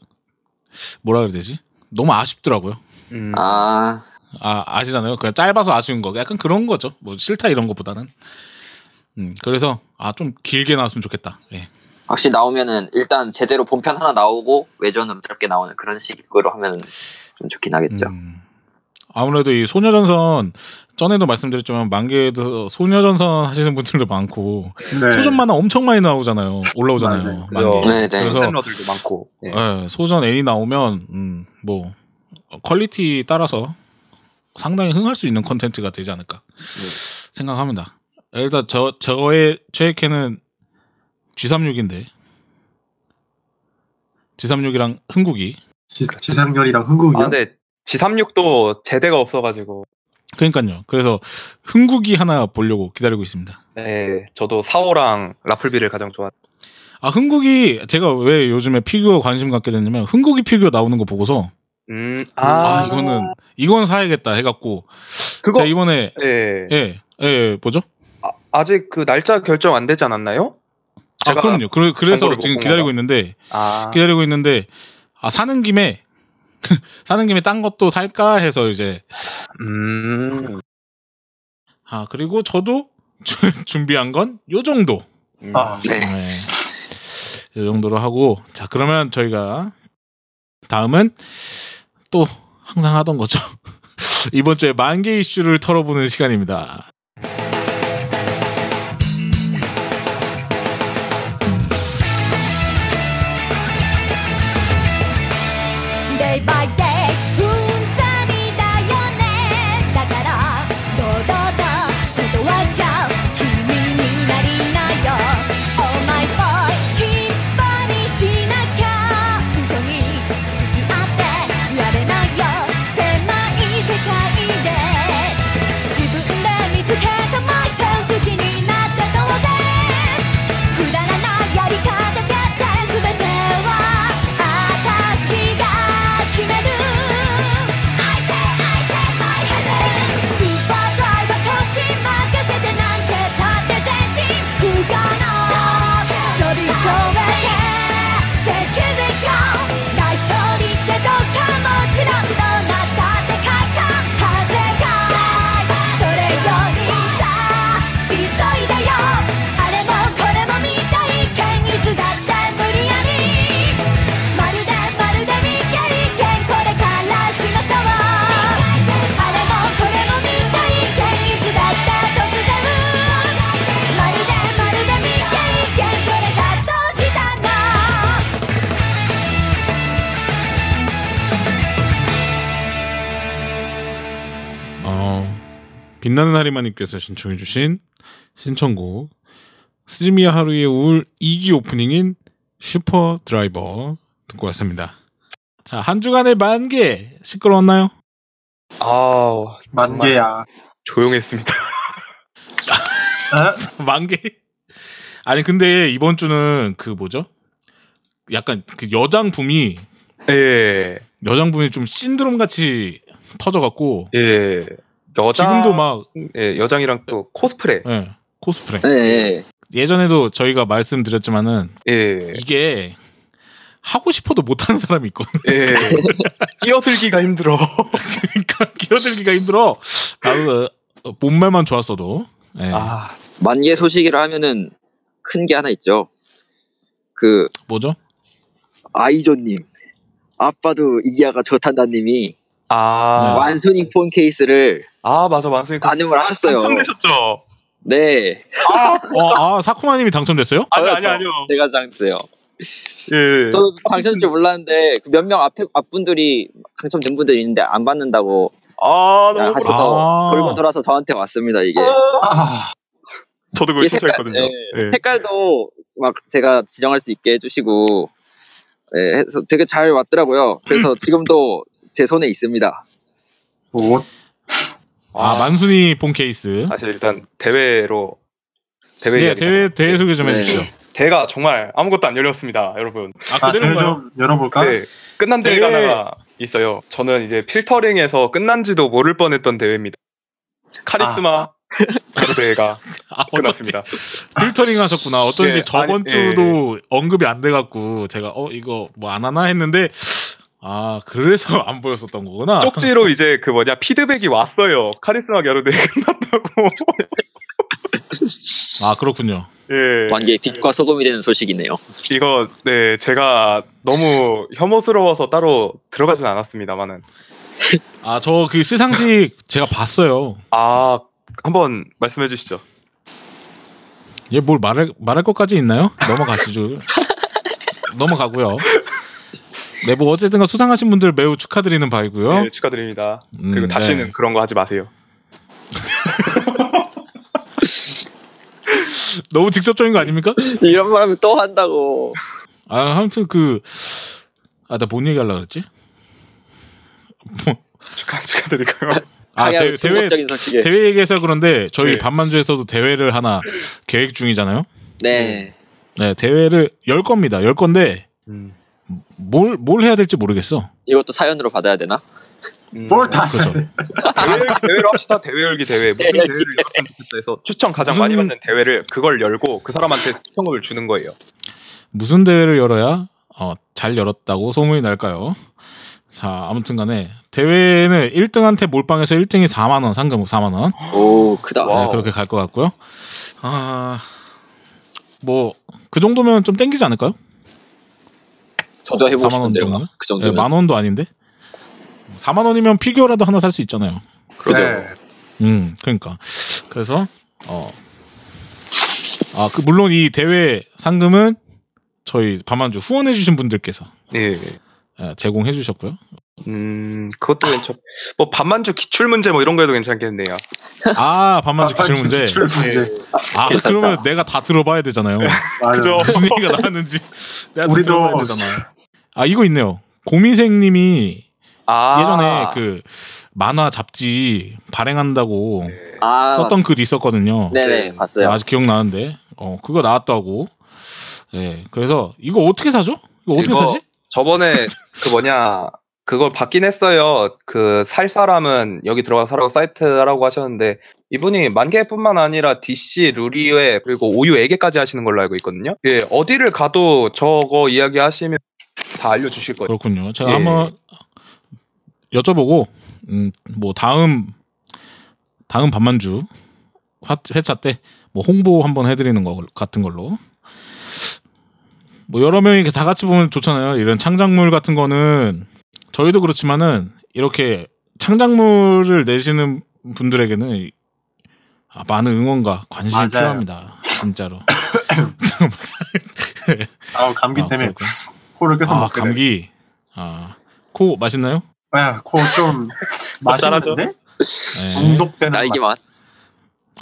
Speaker 4: 뭐라 그래야 되지? 너무 아쉽더라고요.
Speaker 6: 음,
Speaker 5: 아
Speaker 4: 아, 아시잖아요. 그냥 짧아서 아쉬운 거. 약간 그런 거죠. 뭐 싫다 이런 것보다는. 음, 그래서 아, 좀 길게 나왔으면 좋겠다. 예.
Speaker 5: 확실히 나오면은 일단 제대로 본편 하나 나오고 외전은 짧게 나오는 그런 식으로 하면 좀 좋긴 하겠죠
Speaker 4: 음. 아무래도 이 소녀전선 전에도 말씀드렸지만 만개에도 소녀전선 하시는 분들도 많고
Speaker 3: 네.
Speaker 4: 소전 만화 엄청 많이 나오잖아요. 올라오잖아요.
Speaker 3: 맞아요.
Speaker 4: 만개.
Speaker 6: 그죠.
Speaker 5: 네, 네.
Speaker 4: 음. 그래서
Speaker 6: 팬러들도 많고. 예.
Speaker 4: 예, 소전 애니 나오면 음, 뭐 어, 퀄리티 따라서 상당히 흥할 수 있는 컨텐츠가 되지 않을까 생각합니다. 아, 일단 저 저의 최애캐는 G36인데 G36이랑 흥국이
Speaker 3: 지- 지상렬이랑 흥국이요?
Speaker 6: 아
Speaker 4: 네.
Speaker 6: 근데 G36도 제대가 없어가지고.
Speaker 4: 그러니까요. 그래서 흥국이 하나 보려고 기다리고 있습니다.
Speaker 6: 예, 저도 사오랑 라플비를 가장 좋아.
Speaker 4: 아 흥국이 제가 왜 요즘에 피규어 관심 갖게 됐냐면 흥국이 피규어 나오는 거 보고서
Speaker 6: 음,
Speaker 4: 아,
Speaker 6: 아,
Speaker 4: 이거는 이건 사야겠다 해갖고
Speaker 6: 그거
Speaker 4: 자 이번에
Speaker 6: 예.
Speaker 4: 예예 예, 뭐죠?
Speaker 6: 아, 직그 날짜 결정 안 되지 않았나요?
Speaker 4: 아
Speaker 6: 제가-
Speaker 4: 그럼요. 그래, 그래서
Speaker 6: 정보를
Speaker 4: 지금
Speaker 6: 못
Speaker 4: 기다리고
Speaker 6: 보내나?
Speaker 4: 있는데
Speaker 6: 아,
Speaker 4: 기다리고 있는데 아 사는 김에 사는 김에 딴 것도 살까 해서 이제
Speaker 6: 음,
Speaker 4: 아 그리고 저도 준비한 건 요 정도.
Speaker 6: 음.
Speaker 3: 아,
Speaker 5: 네.
Speaker 4: 네. 이 정도로 하고 자 그러면 저희가 다음은 또 항상 하던 거죠. 이번 주에 만개 이슈를 털어보는 시간입니다.
Speaker 2: day by day 分散だよねだから堂々と断っちゃう君になりなよ Oh my boy 頻繁にしなきゃ嘘に付き合ってやれないよ狭い世界で自分で見つけたマイセル好きになった当然くだらないやり方だって全ては私が決める I say I say my heaven スーパーライは年任せてなんてだって全身不可能飛び越えてできるよ内緒にってどっかもちろんどうなったって書いた風がそれよりさ急いだよあれもこれも見たい剣いつだって無理やりまるでまるで未経験これからしましょうあれもこれも見たい剣いつだって突然まるでまるで未経験それがどうしたの
Speaker 4: 어, 빛나는 하리마님께서 신청해주신 신청곡 스즈미야 하루의 우울 2기 오프닝인 슈퍼 드라이버 듣고 왔습니다. 자, 한 주간의 만개 시끄러웠나요?
Speaker 6: 아우,
Speaker 3: 만개야.
Speaker 6: 조용했습니다.
Speaker 3: 어?
Speaker 4: 만개. 아니 근데 이번 주는 그 뭐죠? 약간 그 여장붐이
Speaker 6: 예,
Speaker 4: 여장붐이 좀 신드롬 같이 터져갖고
Speaker 6: 예. 여장,
Speaker 4: 지금도 막
Speaker 6: 예, 여장이랑 또 코스프레.
Speaker 4: 예, 코스프레.
Speaker 5: 예, 예.
Speaker 4: 예전에도 저희가 말씀드렸지만은
Speaker 6: 예,
Speaker 4: 이게 하고 싶어도 못하는 사람이 있거든.
Speaker 6: 예. 끼어들기가 힘들어.
Speaker 4: 그러니까 끼어들기가 힘들어. 나도 어, 몸매만 좋았어도. 예.
Speaker 6: 아,
Speaker 5: 만개 소식이라 하면은 큰 게 하나 있죠. 그
Speaker 4: 뭐죠?
Speaker 5: 아이조님 아빠도 이기아가 좋단다님이
Speaker 4: 네.
Speaker 6: 아,
Speaker 5: 완순이 폰 케이스를
Speaker 6: 아, 맞아, 완승이
Speaker 5: 가늠을 하셨어요.
Speaker 6: 당첨되셨죠?
Speaker 5: 네,
Speaker 4: 어, 아 사쿠마님이 당첨됐어요?
Speaker 6: 아니,
Speaker 5: 저요,
Speaker 6: 아니,
Speaker 5: 저.
Speaker 6: 아니요.
Speaker 5: 제가 당했어요.
Speaker 6: 예.
Speaker 5: 저도 당첨될 줄 몰랐는데 그 몇 명 앞에 앞분들이 당첨된 분들이 있는데 안 받는다고
Speaker 6: 아, 너무 부러...
Speaker 5: 하셔서
Speaker 4: 아.
Speaker 5: 돌고 돌아서 저한테 왔습니다 이게.
Speaker 3: 아,
Speaker 6: 저도 그거
Speaker 5: 이 색깔, 네.
Speaker 6: 신청했거든요. 예.
Speaker 5: 색깔도 막 제가 지정할 수 있게 해주시고 예, 해서 되게 잘 왔더라고요. 그래서 지금도 제 손에 있습니다.
Speaker 3: 옷.
Speaker 4: 아, 만순이 본 케이스.
Speaker 6: 사실 일단 대회로 아, 대회
Speaker 4: 네,
Speaker 6: 이야기
Speaker 4: 대회 대회 소개 좀
Speaker 5: 네.
Speaker 4: 해주시죠.
Speaker 6: 대회가 정말 아무것도 안 열렸습니다, 여러분.
Speaker 4: 아
Speaker 3: 아,
Speaker 4: 그대로인
Speaker 3: 대회
Speaker 4: 거요.
Speaker 3: 좀 열어볼까?
Speaker 6: 네,
Speaker 5: 아?
Speaker 6: 끝난
Speaker 4: 대회-
Speaker 6: 대회가 하나 있어요. 저는 이제 필터링에서 끝난지도 모를 뻔했던 대회입니다. 카리스마
Speaker 5: 아.
Speaker 6: 가로 대회가
Speaker 4: 아, 어쩐지
Speaker 6: 끝났습니다.
Speaker 4: 필터링 하셨구나. 어쩐지
Speaker 6: 예,
Speaker 4: 저번
Speaker 6: 아니,
Speaker 4: 주도 언급이 안 돼갖고 제가 어 이거 뭐 안 하나 했는데 아 그래서 안 보였었던 거구나.
Speaker 6: 쪽지로 이제 그 뭐냐 피드백이 왔어요. 카리스마 가로 대회 끝났다고.
Speaker 4: 아 그렇군요.
Speaker 6: 예,
Speaker 5: 완전 빛과 소금이 되는 소식이네요.
Speaker 6: 이거 네 제가 너무 혐오스러워서 따로 들어가진 않았습니다만은
Speaker 4: 아 저 그 시상식 제가 봤어요.
Speaker 6: 아 한번 말씀해 주시죠.
Speaker 4: 얘 뭘 말할 말할 것까지 있나요? 넘어가시죠. 넘어가고요. 네, 뭐 어쨌든가 수상하신 분들 매우 축하드리는 바이고요.
Speaker 6: 예, 축하드립니다.
Speaker 4: 어? 음,
Speaker 6: 그리고 다시는
Speaker 4: 네.
Speaker 6: 그런 거 하지 마세요.
Speaker 4: 너무 직접적인 거 아닙니까?
Speaker 5: 이런 말하면 또 한다고.
Speaker 4: 아, 아무튼 그 아, 나 뭔 얘기 하려고 그랬지?
Speaker 6: 축하 축하드리고요.
Speaker 4: 아,
Speaker 5: 하야
Speaker 4: 대- 대회
Speaker 5: 충격적인 소식에.
Speaker 4: 대회 얘기해서 그런데 저희
Speaker 6: 네.
Speaker 4: 반만주에서도 대회를 하나 계획 중이잖아요.
Speaker 5: 네.
Speaker 6: 음,
Speaker 4: 네, 대회를 열 겁니다. 열 건데 뭘, 뭘 해야 될지 모르겠어.
Speaker 5: 이것도 사연으로 받아야 되나?
Speaker 6: 음,
Speaker 3: 뭘다
Speaker 4: 그죠.
Speaker 6: 대회, 대회로 합시다. 대회 열기 대회. 무슨
Speaker 5: 대회 열기
Speaker 6: 대회를 열었으면 좋겠다 해서 추천 가장 많이
Speaker 4: 무슨-
Speaker 6: 받는 대회를 그걸 열고 그 사람한테 추천금을 주는 거예요.
Speaker 4: 무슨 대회를 열어야 어, 잘 열었다고 소문이 날까요? 자, 아무튼 간에 대회는 1등한테 몰빵해서 1등이 4만 원, 상금 4만 원.
Speaker 5: 오 크다.
Speaker 4: 네, 그렇게 갈 것 같고요. 아. 뭐 그 정도면 좀 땡기지 않을까요?
Speaker 5: 저도 해보고
Speaker 4: 4만 원
Speaker 5: 싶은데요.
Speaker 4: 정도면?
Speaker 5: 그
Speaker 4: 네,
Speaker 5: 정도면.
Speaker 4: 만 원도 아닌데. 4만 원이면 피규어라도 하나 살 수 있잖아요.
Speaker 5: 그죠.
Speaker 3: 네.
Speaker 4: 음, 그러니까. 그래서 어. 아, 그 물론 이 대회 상금은 저희 밤만주 후원해 주신 분들께서
Speaker 6: 예.
Speaker 4: 예, 제공해 주셨고요.
Speaker 6: 음, 그것도 괜찮. 뭐 반만주 기출 문제 뭐 이런 거에도 괜찮겠네요.
Speaker 4: 아, 밤만주 기출 문제.
Speaker 3: 기출 문제.
Speaker 4: 아,
Speaker 5: 괜찮다.
Speaker 4: 그러면 내가 다 들어봐야 되잖아요.
Speaker 3: 맞아.
Speaker 6: 그죠.
Speaker 4: 무슨 얘기가 나왔는지 내가 다
Speaker 3: 우리도-
Speaker 4: 들어봐야 되잖아요. 아, 이거 있네요. 고미생 님이
Speaker 6: 아.
Speaker 4: 예전에 그 만화 잡지 발행한다고
Speaker 5: 아
Speaker 4: 썼던 글이 있었거든요.
Speaker 5: 네네
Speaker 6: 네.
Speaker 5: 봤어요.
Speaker 4: 아직 기억나는데. 어, 그거 나왔다고. 예. 그래서 이거 어떻게 사죠? 이거 어떻게
Speaker 6: 이거-
Speaker 4: 사지?
Speaker 6: 저번에 그 뭐냐 그걸 받긴 했어요. 그 살 사람은 여기 들어가 사라고 사이트 하라고 하셨는데 이분이 만개뿐만 아니라 DC 루리에 그리고 오유 에게까지 하시는 걸로 알고 있거든요. 예, 어디를 가도 저거 이야기하시면 다 알려주실 거예요.
Speaker 4: 그렇군요. 제가
Speaker 6: 예.
Speaker 4: 한번 여쭤보고 음, 뭐 다음 다음 반만주 화- 회차 때 뭐 홍보 한번 해드리는 거 같은 걸로 뭐 여러 명이 이렇게 다 같이 보면 좋잖아요. 이런 창작물 같은 거는 저희도 그렇지만은 이렇게 창작물을 내시는 분들에게는 아, 많은 응원과 관심이
Speaker 3: 맞아요.
Speaker 4: 필요합니다. 진짜로.
Speaker 3: 아우 감기
Speaker 4: 아,
Speaker 3: 때문에
Speaker 4: 그렇구나.
Speaker 3: 코를 계속
Speaker 4: 아
Speaker 3: 막게 돼.
Speaker 4: 감기. 아 코 맛있나요?
Speaker 3: 아, 코좀
Speaker 4: 어,
Speaker 6: 짭짤하죠?
Speaker 3: 마시는데
Speaker 4: 네.
Speaker 3: 중독되는 맛.
Speaker 5: 날개만.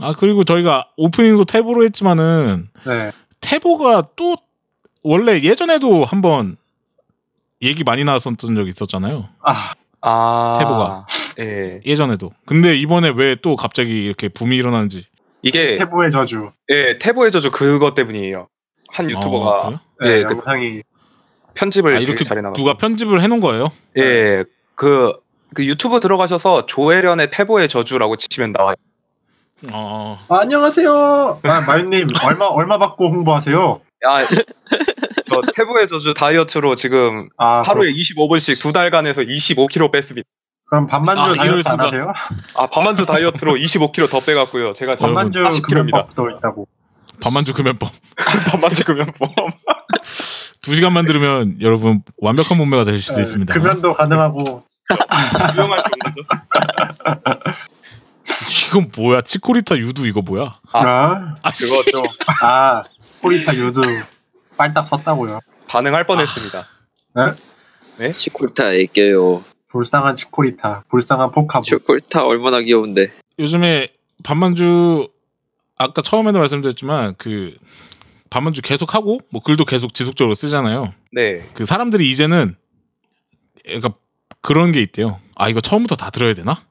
Speaker 4: 아 그리고 저희가 오프닝도 태보로 했지만은
Speaker 3: 네.
Speaker 4: 태보가 또 원래 예전에도 한번 얘기 많이 나왔었던 적이 있었잖아요.
Speaker 3: 아,
Speaker 6: 아,
Speaker 4: 태보가.
Speaker 6: 예,
Speaker 4: 예전에도. 근데 이번에 왜 또 갑자기 이렇게 붐이 일어나는지. 네.
Speaker 6: 이게
Speaker 3: 태부의 저주.
Speaker 6: 예 태보의 저주 그것 때문이에요. 한 유튜버가
Speaker 4: 아, 그래요?
Speaker 3: 네,
Speaker 6: 예, 그-
Speaker 3: 영상이
Speaker 6: 편집을
Speaker 4: 아,
Speaker 6: 이렇게
Speaker 4: 이렇게
Speaker 6: 잘해 나가.
Speaker 4: 누가 편집을 해놓은 거예요?
Speaker 6: 예, 그, 그 유튜브 들어가셔서 조혜련의 태보의 저주라고 치시면 나와요.
Speaker 4: 어.
Speaker 3: 아, 안녕하세요. 아, 마윤님 얼마 얼마 받고 홍보하세요?
Speaker 6: 아, 저 태보의 저주 다이어트로 지금
Speaker 3: 아,
Speaker 6: 하루에 25분씩 두 달간에서 25kg 뺐습니다.
Speaker 3: 그럼, 그럼 반만주
Speaker 4: 아, 이럴
Speaker 3: 다이어트 안
Speaker 4: 수가.
Speaker 3: 하세요?
Speaker 6: 아, 반만주 다이어트로 25kg 더 빼갔고요. 제가 지금
Speaker 4: 반만-
Speaker 3: 반만주
Speaker 6: 40kg 입니다.
Speaker 3: 금연법도 있다고.
Speaker 4: 밤만주 금연법.
Speaker 6: 반만주 금연법.
Speaker 4: 두 시간만 들으면 여러분 완벽한 몸매가 되실 수도
Speaker 3: 네,
Speaker 4: 있습니다.
Speaker 3: 금연도 가능하고
Speaker 6: 유명한 종류죠.
Speaker 4: 이건 뭐야? 치코리타 유두 이거 뭐야?
Speaker 6: 아.
Speaker 3: 아,
Speaker 4: 아, 씨.
Speaker 6: 그거죠.
Speaker 3: 아 코리타 유두 빨딱 섰다고요.
Speaker 6: 반응할 뻔했습니다.
Speaker 5: 치콜타 얘기해요.
Speaker 3: 불쌍한 치코리타, 불쌍한 포카부.
Speaker 5: 치콜타 얼마나 귀여운데.
Speaker 4: 요즘에 반만주 아까 처음에도 말씀드렸지만 그 반만주 계속 하고 뭐 글도 계속 지속적으로 쓰잖아요.
Speaker 6: 네.
Speaker 4: 그 사람들이 이제는 그러니까 그런 게 있대요. 아 이거 처음부터 다 들어야 되나?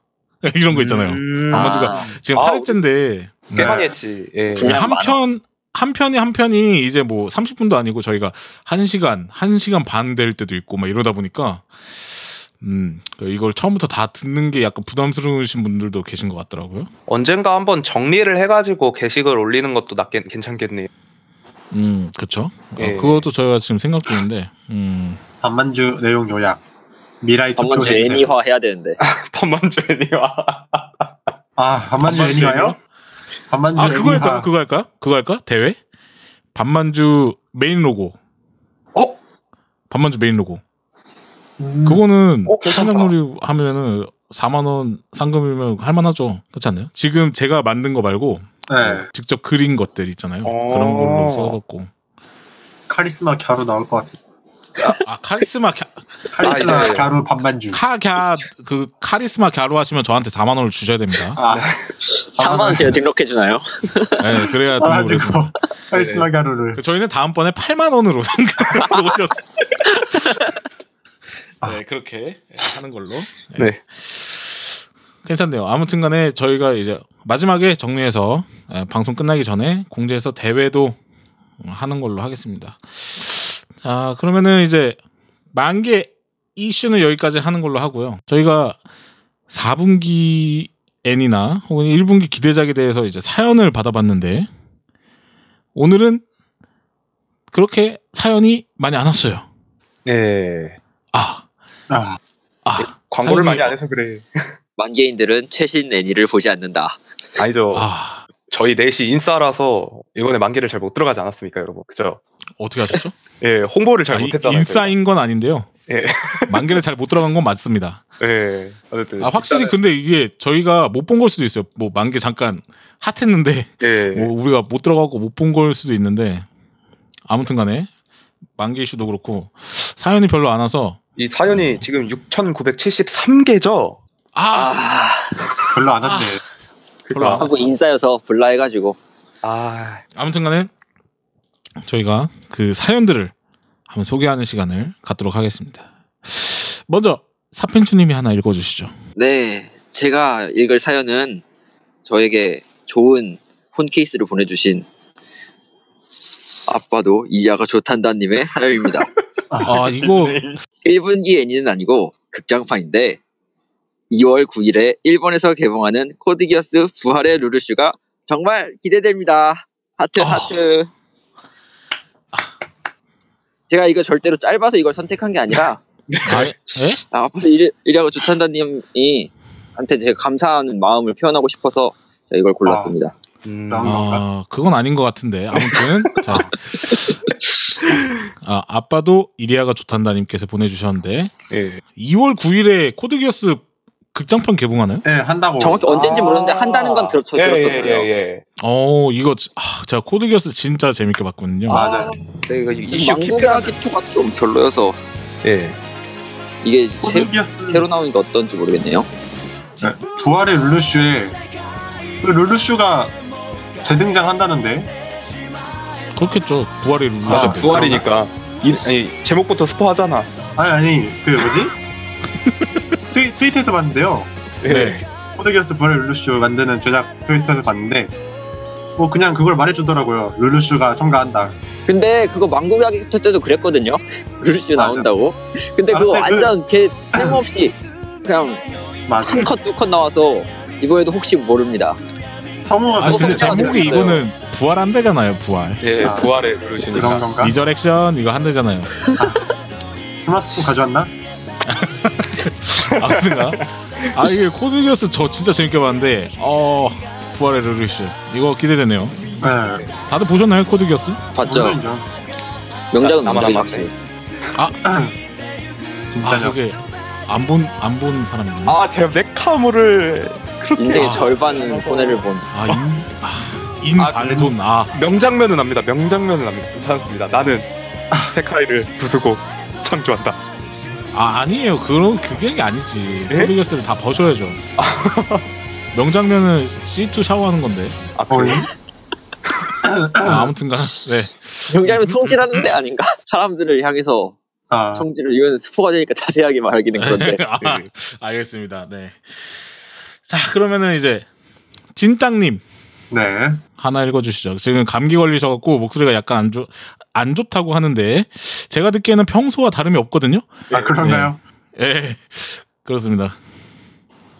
Speaker 4: 이런 거 있잖아요.
Speaker 6: 음,
Speaker 4: 아마- 반만주가
Speaker 5: 아,
Speaker 4: 지금
Speaker 6: 아,
Speaker 4: 8회째인데 네.
Speaker 6: 꽤 많이 했지. 예.
Speaker 5: 그냥 많아.
Speaker 4: 한편 한 편이 한 편이 이제 뭐 30분도 아니고 저희가 1시간, 1시간 반 될 때도 있고 막 이러다 보니까 음, 이걸 처음부터 다 듣는 게 약간 부담스러우신 분들도 계신 것 같더라고요.
Speaker 6: 언젠가 한번 정리를 해가지고 게시글 올리는 것도 낫겠, 괜찮겠네요.
Speaker 4: 음, 그쵸. 어,
Speaker 6: 예.
Speaker 4: 그것도 저희가 지금 생각 중인데, 음,
Speaker 3: 반만주 내용 요약. 미라이 투표
Speaker 4: 네.
Speaker 5: 반만주
Speaker 3: 해주세요.
Speaker 5: 애니화 해야 되는데.
Speaker 4: 아,
Speaker 6: 반만주 애니와.
Speaker 3: 아, 반만주
Speaker 4: 반만주
Speaker 3: 애니화요?
Speaker 4: 애니화?
Speaker 3: 반만주
Speaker 4: 아, 그거
Speaker 3: 애니화.
Speaker 4: 할까요? 그거 할까요? 그거 할까? 대회? 반만주 메인 로고.
Speaker 6: 어?
Speaker 4: 반만주 메인 로고.
Speaker 3: 음,
Speaker 4: 그거는
Speaker 6: 어, 괜찮다.
Speaker 4: 창작물이 하면은 4만 원 상금이면 할만하죠. 그렇지 않나요? 지금 제가 만든 거 말고
Speaker 3: 네,
Speaker 4: 직접 그린 것들 있잖아요.
Speaker 6: 어.
Speaker 4: 그런 걸로 써갖고.
Speaker 3: 카리스마 갸루 나올 것 같아.
Speaker 4: 아 카리스마 갸,
Speaker 3: 카리스마
Speaker 6: 아, 이제-
Speaker 3: 갸루 반만주.
Speaker 4: 카갸 그 카리스마 갸루 하시면 저한테 4만 원을 주셔야 됩니다.
Speaker 3: 아,
Speaker 5: 4만 원씩 등록해 주나요?
Speaker 4: 네, 그래야
Speaker 6: 아,
Speaker 3: 가지고
Speaker 4: 등록을 해줍니다.
Speaker 3: 카리스마
Speaker 6: 네.
Speaker 3: 갸루를.
Speaker 4: 그 저희는 다음번에 8만 원으로 상금을 올렸어요. 네, 그렇게 하는 걸로.
Speaker 6: 네.
Speaker 4: 괜찮네요. 아무튼간에 저희가 이제 마지막에 정리해서 에, 방송 끝나기 전에 공지해서 대회도 하는 걸로 하겠습니다. 자, 그러면은 이제 만개 이슈는 여기까지 하는 걸로 하고요. 저희가 4분기 N이나 혹은 1분기 기대작에 대해서 이제 사연을 받아봤는데 오늘은 그렇게 사연이 많이 안 왔어요.
Speaker 6: 네.
Speaker 4: 아,
Speaker 3: 아,
Speaker 4: 아,
Speaker 6: 예, 광고를
Speaker 4: 사연이-
Speaker 6: 많이 안 해서 그래.
Speaker 5: 만개인들은 최신 애니를 보지 않는다.
Speaker 6: 아니죠.
Speaker 4: 아,
Speaker 6: 저희 넷이 인싸라서 이번에 만개를 잘 못 들어가지 않았습니까, 여러분? 그죠?
Speaker 4: 어떻게 하셨죠?
Speaker 6: 예, 홍보를 잘
Speaker 4: 아, 이-
Speaker 6: 못했잖아요.
Speaker 4: 인싸인 건 아닌데요.
Speaker 6: 예.
Speaker 4: 만개를 잘 못 들어간 건 맞습니다.
Speaker 6: 저희가. 예. 어쨌든
Speaker 4: 아, 확실히 근데 이게 저희가 못 본 걸 수도 있어요. 뭐 만개 잠깐 핫했는데
Speaker 6: 예.
Speaker 4: 뭐 우리가 못 들어가고 못 본 걸 수도 있는데 아무튼간에 만개 이슈도 그렇고 사연이 별로 안 와서
Speaker 6: 이 사연이 지금 6,973개죠.
Speaker 4: 아,
Speaker 5: 아,
Speaker 3: 별로 안 한대.
Speaker 4: 별로
Speaker 6: 그러니까.
Speaker 4: 안
Speaker 5: 하고 인싸여서 불라해가지고
Speaker 6: 아,
Speaker 4: 아무튼간에 저희가 그 사연들을 한번 소개하는 시간을 갖도록 하겠습니다. 먼저 사펜추님이 하나 읽어주시죠.
Speaker 5: 네 제가 읽을 사연은 저에게 좋은 폰 케이스를 보내주신 아빠도 이자가 좋단다님의 사연입니다.
Speaker 4: 아 이거
Speaker 5: 1분기 애니는 아니고 극장판인데 2월 9일에 일본에서 개봉하는 코드기어스 부활의 루루슈가 정말 기대됩니다. 하트
Speaker 4: 어.
Speaker 5: 하트. 제가 이거 절대로 짧아서 이걸 선택한 게 아니라
Speaker 4: 아, 예?
Speaker 5: 아, 앞서 일, 일하고 주탄다님이 한테 제가 감사하는 마음을 표현하고 싶어서 제가 이걸 골랐습니다.
Speaker 6: 음,
Speaker 3: 나-
Speaker 4: 아, 그건 아닌 것 같은데. 아무튼 자. 아, 아빠도 이리아가 좋단다님께서 보내주셨는데
Speaker 6: 예.
Speaker 4: 2월 9일에 코드기어스 극장판 개봉하나요?
Speaker 3: 예, 한다고.
Speaker 5: 정확히 언젠지 모르는데 한다는 건 들었, 저
Speaker 6: 아. 예,
Speaker 5: 들었었어요.
Speaker 6: 예, 예,
Speaker 4: 어 이거 지- 아, 제가 코드기어스 진짜 재밌게 봤거든요.
Speaker 3: 맞아요.
Speaker 6: 예. 내가 이- 이슈 키피한
Speaker 5: 망고가기 투가 좀 별로여서
Speaker 6: 예.
Speaker 5: 이게 새,
Speaker 3: 코드기어스 네.
Speaker 5: 새로 나오니까 어떤지 모르겠네요.
Speaker 3: 부활의 룰루슈에 그 룰루슈가 재등장한다는데
Speaker 4: 그렇겠죠. 부활의 룰루.
Speaker 6: 맞아,
Speaker 3: 아,
Speaker 6: 부활이니까. 이, 아니, 제목부터 스포하잖아.
Speaker 3: 아니 아니 그 뭐지 트위, 트위터에서 봤는데요
Speaker 6: 예.
Speaker 4: 네.
Speaker 3: 코드기어스 부활의 룰루슈 만드는 제작 트위터에서 봤는데 뭐 그냥 그걸 말해주더라고요 룰루슈가 첨가한다
Speaker 5: 근데 그거 망고가기 투 때도 그랬거든요. 루루슈
Speaker 3: 맞아.
Speaker 5: 나온다고. 근데
Speaker 3: 아, 근데 그-
Speaker 5: 그거 완전 걔 쓸모없이 그냥
Speaker 3: 맞아
Speaker 5: 한 컷 두 컷 나와서 이번에도 혹시 모릅니다.
Speaker 3: 성우가
Speaker 4: 아
Speaker 3: 그거
Speaker 5: 뭐
Speaker 4: 근데
Speaker 5: 제목이
Speaker 4: 제목이
Speaker 5: 재밌었어요.
Speaker 4: 이거는 부활 안 되잖아요. 부활.
Speaker 6: 예,
Speaker 3: 아.
Speaker 6: 부활의 루루시니까.
Speaker 3: 이런
Speaker 5: 아?
Speaker 3: 건가
Speaker 4: 이절 액션 이거 한 되잖아요.
Speaker 3: 스마트폰 가져왔나
Speaker 4: 아 그런가? 아 이게 코드기어스 저 진짜 재밌게 봤는데 어 부활의 룰루시 이거 기대되네요.
Speaker 3: 네
Speaker 4: 다들 보셨나요 코드기어스?
Speaker 5: 봤죠?
Speaker 3: 물론이죠
Speaker 5: 명작은
Speaker 6: 나- 나만 안
Speaker 5: 명작이지.
Speaker 4: 아
Speaker 3: 진짜요
Speaker 4: 이게 안 본 안 본 사람이네.
Speaker 6: 아, 제가 메카물을
Speaker 5: 인생의
Speaker 4: 아.
Speaker 5: 절반은 손해를 본.
Speaker 6: 아,
Speaker 4: 아인인안손 아,
Speaker 6: 명장면은 압니다. 명장면은 압니다. 괜찮습니다. 나는 세카이를 부수고 창조한다.
Speaker 4: 아 아니에요 그런 그게 아니지
Speaker 6: 예?
Speaker 4: 코드기어스를 다 버셔야죠. 명장면은 C2 샤워하는 건데
Speaker 6: 아,
Speaker 3: 어,
Speaker 6: 그래?
Speaker 4: 아, 아무튼간 네
Speaker 5: 명작이면 통질하는 데 아닌가? 사람들을 향해서
Speaker 3: 아,
Speaker 5: 통질을 이거는 스포가 되니까 자세하게 말하기는 그런데.
Speaker 4: 아, 알겠습니다. 네. 자, 그러면은 이제 진땅님
Speaker 3: 네
Speaker 4: 하나 읽어주시죠. 지금 감기 걸리셔갖고 목소리가 약간 안, 좋, 안 좋다고 하는데 제가 듣기에는 평소와 다름이 없거든요.
Speaker 5: 네,
Speaker 3: 아 그런가요
Speaker 4: 예, 그렇습니다.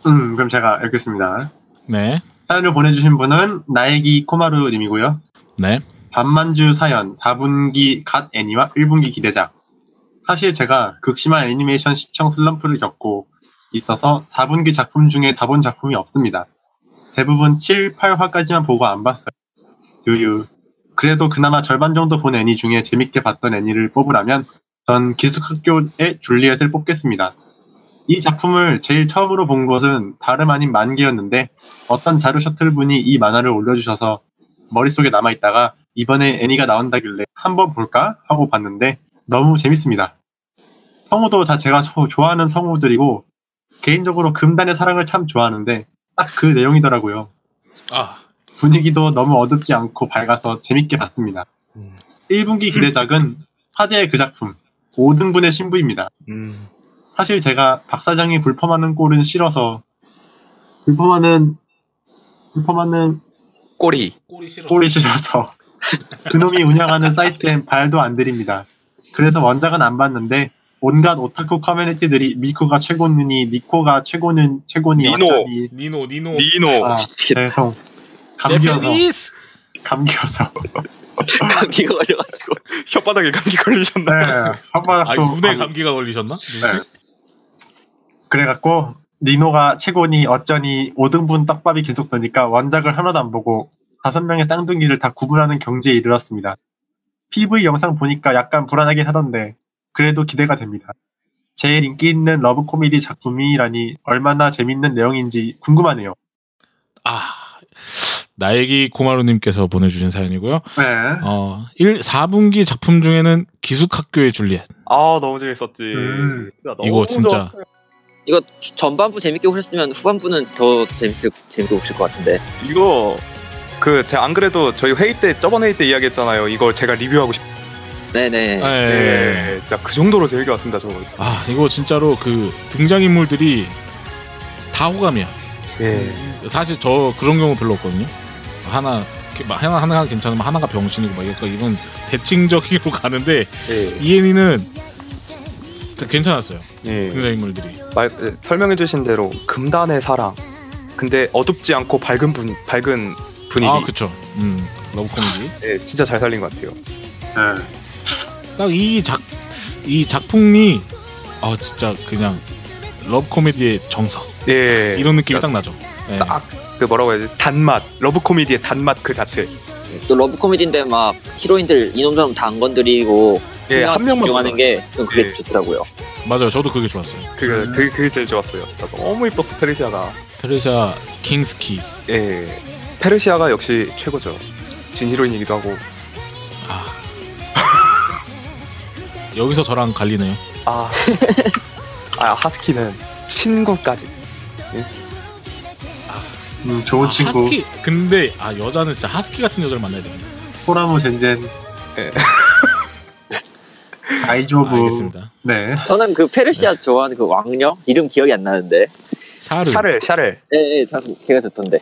Speaker 3: 음 그럼 제가 읽겠습니다
Speaker 4: 네,
Speaker 3: 사연을 보내주신 분은 나에기 코마루님이고요
Speaker 4: 네.
Speaker 3: 반만주 사연 4분기 갓 애니와 1분기 기대작. 사실 제가 극심한 애니메이션 시청 슬럼프를 겪고 있어서 4분기 작품 중에 다 본 작품이 없습니다. 대부분 7, 8화까지만 보고 안 봤어요. 유유. 그래도 그나마 절반 정도 본 애니 중에 재밌게 봤던 애니를 뽑으라면 전 기숙학교의 줄리엣을 뽑겠습니다. 이 작품을 제일 처음으로 본 것은 다름 아닌 만기였는데 어떤 자료 셔틀 분이 이 만화를 올려주셔서 머릿속에 남아있다가 이번에 애니가 나온다길래 한번 볼까 하고 봤는데 너무 재밌습니다. 성우도 다 제가 조- 좋아하는 성우들이고 개인적으로 금단의 사랑을 참 좋아하는데 딱 그 내용이더라고요.
Speaker 4: 아,
Speaker 3: 분위기도 너무 어둡지 않고 밝아서 재밌게 봤습니다.
Speaker 6: 음.
Speaker 3: 1분기 기대작은 화제의 그 작품 5등분의 신부입니다.
Speaker 6: 음.
Speaker 3: 사실 제가 박 사장이 불펌하는 꼴은 싫어서 불펌하는 불펌하는
Speaker 6: 꼬리.
Speaker 4: 꼬리 싫어.
Speaker 3: 꼴이 싫어서 그놈이 운영하는 사이트엔 발도 안 들입니다. 그래서 원작은 안 봤는데 온갖 오타쿠 커뮤니티들이 미코가 최고느니 니코가 최고는 최고니
Speaker 6: 니노. 어,
Speaker 3: 어쩌니
Speaker 4: 니노 니노
Speaker 6: 니노
Speaker 3: 아, 죄송 감겨서
Speaker 4: 제페니스
Speaker 3: 감겨서
Speaker 5: 감기가 걸려가지고
Speaker 6: 혓바닥에 감기
Speaker 3: 네
Speaker 6: 걸리셨나?
Speaker 4: 아
Speaker 3: 한바닥도
Speaker 4: 눈에
Speaker 3: 감-
Speaker 4: 감기가 걸리셨나?
Speaker 3: 네. 그래갖고 니노가 최고니 어쩌니 5등분 떡밥이 계속 되니까 원작을 하나도 안 보고 다섯 명의 쌍둥이를 다 구분하는 경지에 이르렀습니다. PV 영상 보니까 약간 불안하긴 하던데 그래도 기대가 됩니다. 제일 인기 있는 러브 코미디 작품이라니 얼마나 재밌는 내용인지 궁금하네요.
Speaker 4: 아 나에기 고마루님께서 보내주신 사연이고요.
Speaker 3: 네.
Speaker 4: 어 1, 4분기 작품 중에는 기숙학교의 줄리엣.
Speaker 6: 아 너무 재밌었지.
Speaker 4: 예.
Speaker 3: 음.
Speaker 6: 진짜
Speaker 4: 이거 진짜
Speaker 6: 좋았어요.
Speaker 5: 이거 전반부 재밌게 보셨으면 후반부는 더 재밌을 재밌게 보실 것 같은데
Speaker 6: 이거 그 제가 안 그래도 저희 회의 때 저번 회의 때 이야기했잖아요. 이걸 제가 리뷰하고 싶.
Speaker 5: 네네
Speaker 4: 예, 예, 예.
Speaker 6: 네. 진짜 그 정도로 재밌게 봤습니다. 저거.
Speaker 4: 아 이거 진짜로 그 등장인물들이 다 호감이야.
Speaker 6: 예.
Speaker 4: 사실 저 그런 경우 별로 없거든요. 하나 이렇게 막 하나 하나가 괜찮으면 하나가 병신이고 막 약간 이런 대칭적으로 가는데
Speaker 6: 예.
Speaker 4: 이엔이는 그 괜찮았어요.
Speaker 6: 예.
Speaker 4: 등장인물들이.
Speaker 6: 말 예, 설명해주신 대로 금단의 사랑. 근데 어둡지 않고 밝은 분 밝은 분위기.
Speaker 4: 아 그쵸. 음 러브 코미디.
Speaker 6: 예, 진짜 잘 살린 것 같아요.
Speaker 3: 네.
Speaker 4: 딱 이 작 이 작품이 아 진짜 그냥 러브 코미디의 정석
Speaker 6: 예.
Speaker 4: 이런 느낌이
Speaker 6: 진짜
Speaker 4: 딱 나죠. 예.
Speaker 6: 딱 그 뭐라고 해야지 단맛 러브 코미디의 단맛 그 자체.
Speaker 5: 또 러브 코미디인데 막 히로인들 이놈저놈 다 안 건드리고
Speaker 6: 예, 한 명만
Speaker 5: 집중하는 게 그럼 그게
Speaker 6: 예.
Speaker 5: 좋더라고요
Speaker 4: 맞아요. 저도 그게 좋았어요.
Speaker 6: 그게 그게, 그게 제일 좋았어요. 진짜 너무 이뻤어 페르시아가.
Speaker 4: 페르샤 킹스키.
Speaker 6: 예.
Speaker 4: 음.
Speaker 6: 페르시아가 역시 최고죠. 진 히로인이기도 하고.
Speaker 4: 아. 여기서 저랑 갈리네요.
Speaker 6: 아. 아 하스키는 친구까지.
Speaker 3: 음, 좋은
Speaker 4: 아,
Speaker 3: 친구
Speaker 4: 하스키. 근데 아 여자는 진짜 하스키 같은 여자를 만나야 되겠네.
Speaker 3: 호라무 젠젠
Speaker 4: 네.
Speaker 6: 예.
Speaker 4: 아,
Speaker 3: 아이조브
Speaker 4: 알겠습니다.
Speaker 3: 네.
Speaker 5: 저는 그 페르시아 좋아하는 그 왕녀 이름 기억이 안 나는데
Speaker 4: 샤를.
Speaker 6: 샤를 샤를.
Speaker 5: 예예 참 걔가 좋던데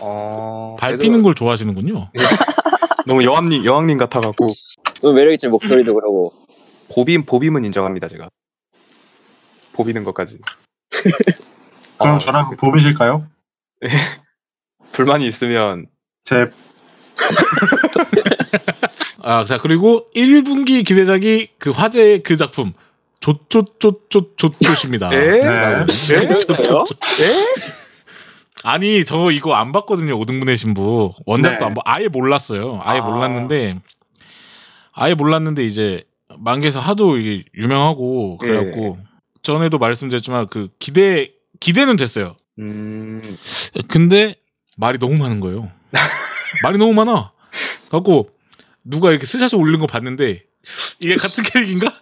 Speaker 6: 어.
Speaker 4: 밟히는 걸 좋아하시는군요.
Speaker 6: 너무 여왕님 여왕님 같아갖고
Speaker 5: 너무 매력있죠 목소리도 그러고
Speaker 6: 보빔 보빔은 인정합니다 제가. 보비는 것까지.
Speaker 3: 그럼
Speaker 6: 아,
Speaker 3: 저랑 보이실까요?
Speaker 6: 불만이 있으면
Speaker 3: 제
Speaker 4: 아, 자 그리고 1분기 기대작이 그 화제의 그 작품 조조조조조조입니다.
Speaker 6: 에?
Speaker 4: 네.
Speaker 6: 에?
Speaker 5: 그런가요?
Speaker 6: 에?
Speaker 4: 아니 저 이거 안 봤거든요 오등분의 신부 원작도
Speaker 3: 네.
Speaker 4: 안 봐. 아예 몰랐어요 아예
Speaker 6: 아.
Speaker 4: 몰랐는데 아예 몰랐는데 이제 만개에서 하도 이게 유명하고 그래갖고 전에도 말씀드렸지만 그 기대 기대는 됐어요
Speaker 6: 음.
Speaker 4: 근데 말이 너무 많은 거예요 말이 너무 많아 갖고 누가 이렇게 스샷을 올린 거 봤는데 이게 같은 캐릭인가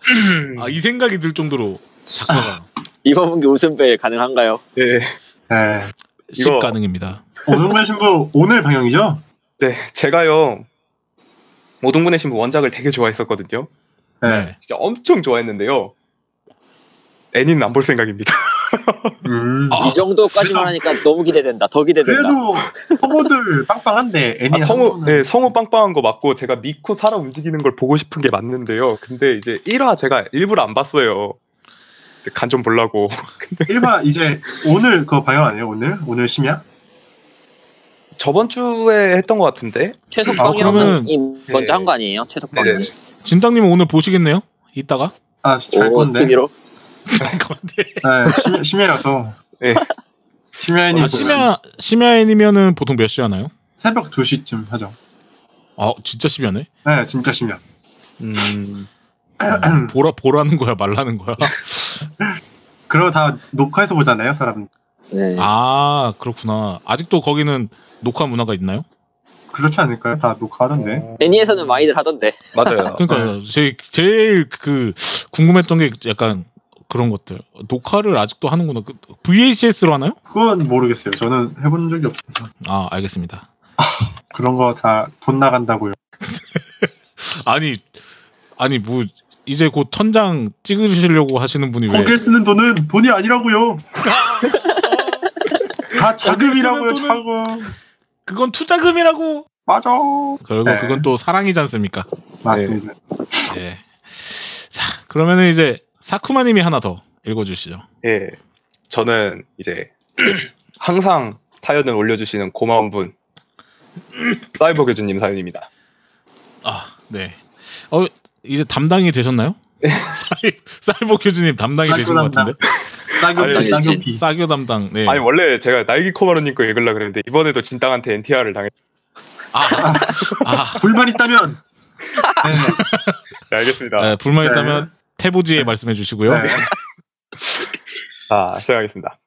Speaker 4: 아 이 생각이 들 정도로 작화가
Speaker 5: 이번 분기 웃음벨 가능한가요?
Speaker 6: 예.
Speaker 3: 네.
Speaker 4: 씹
Speaker 6: 이거-
Speaker 4: 가능입니다
Speaker 3: 오동배 신부 오늘 방영이죠?
Speaker 6: 네, 제가요 오동분의 신부 원작을 되게 좋아했었거든요.
Speaker 3: 네.
Speaker 4: 네.
Speaker 6: 진짜 엄청 좋아했는데요. 애니는 안 볼 생각입니다.
Speaker 3: 음.
Speaker 4: 아,
Speaker 5: 이 정도까지만 하니까 너무 기대된다 더 기대된다
Speaker 3: 그래도 성우들 빵빵한데 애니
Speaker 6: 아,
Speaker 3: 한
Speaker 6: 성우,
Speaker 3: 번은-
Speaker 6: 네, 성우 빵빵한 거 맞고 제가 미쿠 살아 움직이는 걸 보고 싶은 게 맞는데요. 근데 이제 1화 제가 일부러 안 봤어요. 간 좀 보려고.
Speaker 3: 일반 이제 오늘 그거 방영 아니에요? 오늘 오늘 심야?
Speaker 6: 저번 주에 했던 것 같은데.
Speaker 5: 최석
Speaker 3: 아,
Speaker 5: 방이라면이
Speaker 6: 네.
Speaker 5: 먼저 한 거 아니에요? 최석 방이
Speaker 6: 네네.
Speaker 4: 진땅님은 오늘 보시겠네요 이따가
Speaker 3: 아잘
Speaker 5: 오
Speaker 3: 건데.
Speaker 5: TV로
Speaker 4: 할 건데.
Speaker 3: 네, 심야, 심야라서.
Speaker 6: 예.
Speaker 3: 심야인이
Speaker 4: 아, 심야 심야인이면은 보통 몇 시 하나요?
Speaker 3: 새벽 2 시쯤 하죠.
Speaker 4: 아 진짜 심야네.
Speaker 3: 네, 진짜 심야.
Speaker 6: 음,
Speaker 4: 어, 보라 보라는 거야 말라는 거야.
Speaker 3: 그리고 다 녹화해서 보잖아요, 사람.
Speaker 5: 네.
Speaker 4: 아 그렇구나. 아직도 거기는 녹화 문화가 있나요?
Speaker 3: 그렇지 않을까요? 다 녹화하던데.
Speaker 5: 애니에서는 많이들 하던데
Speaker 6: 맞아요.
Speaker 4: 그러니까 제 제일 그 궁금했던 게 약간 그런 것들 녹화를 아직도 하는구나. 그 VHS로 하나요?
Speaker 3: 그건 모르겠어요. 저는 해본 적이 없어서
Speaker 4: 아 알겠습니다.
Speaker 3: 그런 거 다 돈 나간다고요.
Speaker 4: 아니 아니 뭐 이제 곧 천장 찍으시려고 하시는 분이 왜
Speaker 3: 거기에 쓰는 돈은 돈이 아니라고요. 다 자금이라고요,
Speaker 4: 거기에 쓰는
Speaker 3: 자금.
Speaker 4: 그건 투자금이라고
Speaker 3: 맞아.
Speaker 4: 결국
Speaker 3: 네.
Speaker 4: 그건 또 사랑이지 않습니까?
Speaker 3: 맞습니다.
Speaker 4: 예. 자, 그러면은 이제 사쿠마님이 하나 더 읽어주시죠.
Speaker 6: 예. 저는 이제 항상 사연을 올려주시는 고마운 분 사이버 교주님 사연입니다.
Speaker 4: 아, 네. 어, 이제 담당이 되셨나요? 사이, 사이버 교주님 담당이 되신 것 같은데.
Speaker 3: 싸교피,
Speaker 6: 아니,
Speaker 3: 싸교피.
Speaker 4: 싸교 담당. 네.
Speaker 6: 아니 원래 제가 날기 코마루님 거 읽으려 그랬는데 이번에도 진땅한테 NTR을 당했.
Speaker 4: 아, 아,
Speaker 3: 불만 있다면! 네,
Speaker 6: 네, 알겠습니다.
Speaker 4: 네, 불만
Speaker 3: 네.
Speaker 4: 있다면 태보지에 말씀해 주시고요.
Speaker 3: 네.
Speaker 6: 자 시작하겠습니다.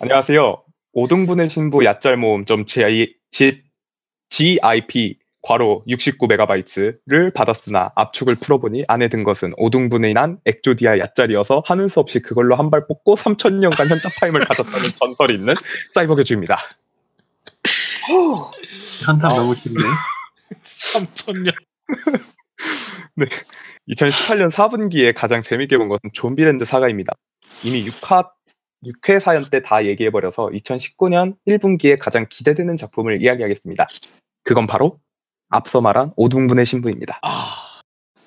Speaker 6: 안녕하세요. 오등분의 신부 얕잘 모음 점 GIP 괄호 69MB를 받았으나 압축을 풀어보니 안에 든 것은 오등분의 난 액조디아 얕잘이어서 하는 수 없이 그걸로 한 발 뽑고 3천년간 현자 타임을 가졌다는 전설이 있는 사이버 교주입니다.
Speaker 3: 한탄
Speaker 5: 아.
Speaker 3: 너무 긴데.
Speaker 4: 3천년.
Speaker 6: 2018년 4분기에 가장 재밌게 본 것은 좀비랜드 사가입니다. 이미 6화, 6회 사연 때 다 얘기해버려서 2019년 1분기에 가장 기대되는 작품을 이야기하겠습니다. 그건 바로 앞서 말한 오등분의 신부입니다.
Speaker 4: 아,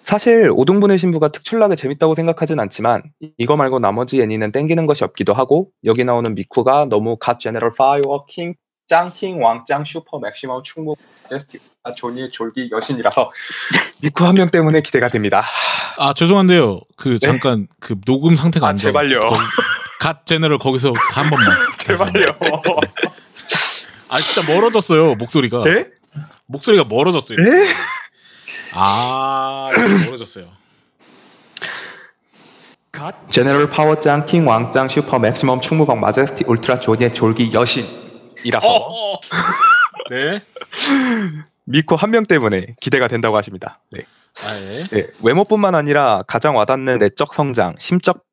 Speaker 6: 사실 오등분의 신부가 특출나게 재밌다고 생각하진 않지만 이거 말고 나머지 애니는 땡기는 것이 없기도 하고 여기 나오는 미쿠가 너무 갓 제네럴 파이워킹 짱킹 왕짱 슈퍼 맥시멈 충무 제스티카 조니 졸기 여신이라서 미쿠 한 명 때문에 기대가 됩니다.
Speaker 4: 아 죄송한데요. 그 잠깐 그 녹음 상태가
Speaker 6: 네. 아,
Speaker 4: 안 좋아요.
Speaker 6: 제발요.
Speaker 4: 거기- 갓 제네럴 거기서 한 번만.
Speaker 6: 제발요.
Speaker 4: 아 진짜 멀어졌어요 목소리가.
Speaker 6: 에?
Speaker 4: 목소리가 멀어졌어요.
Speaker 6: 에?
Speaker 4: 아 이렇게 멀어졌어요.
Speaker 6: 제네럴 파워 짱킹 왕짱 슈퍼 맥시멈 충무광 마제스틱 울트라 조니의 졸기 여신이라서
Speaker 4: 어, 어. 네.
Speaker 6: 미코 한 명 때문에 기대가 된다고 하십니다. 네.
Speaker 4: 아 예.
Speaker 6: 예, 외모뿐만 아니라 가장 와닿는 내적 성장, 심적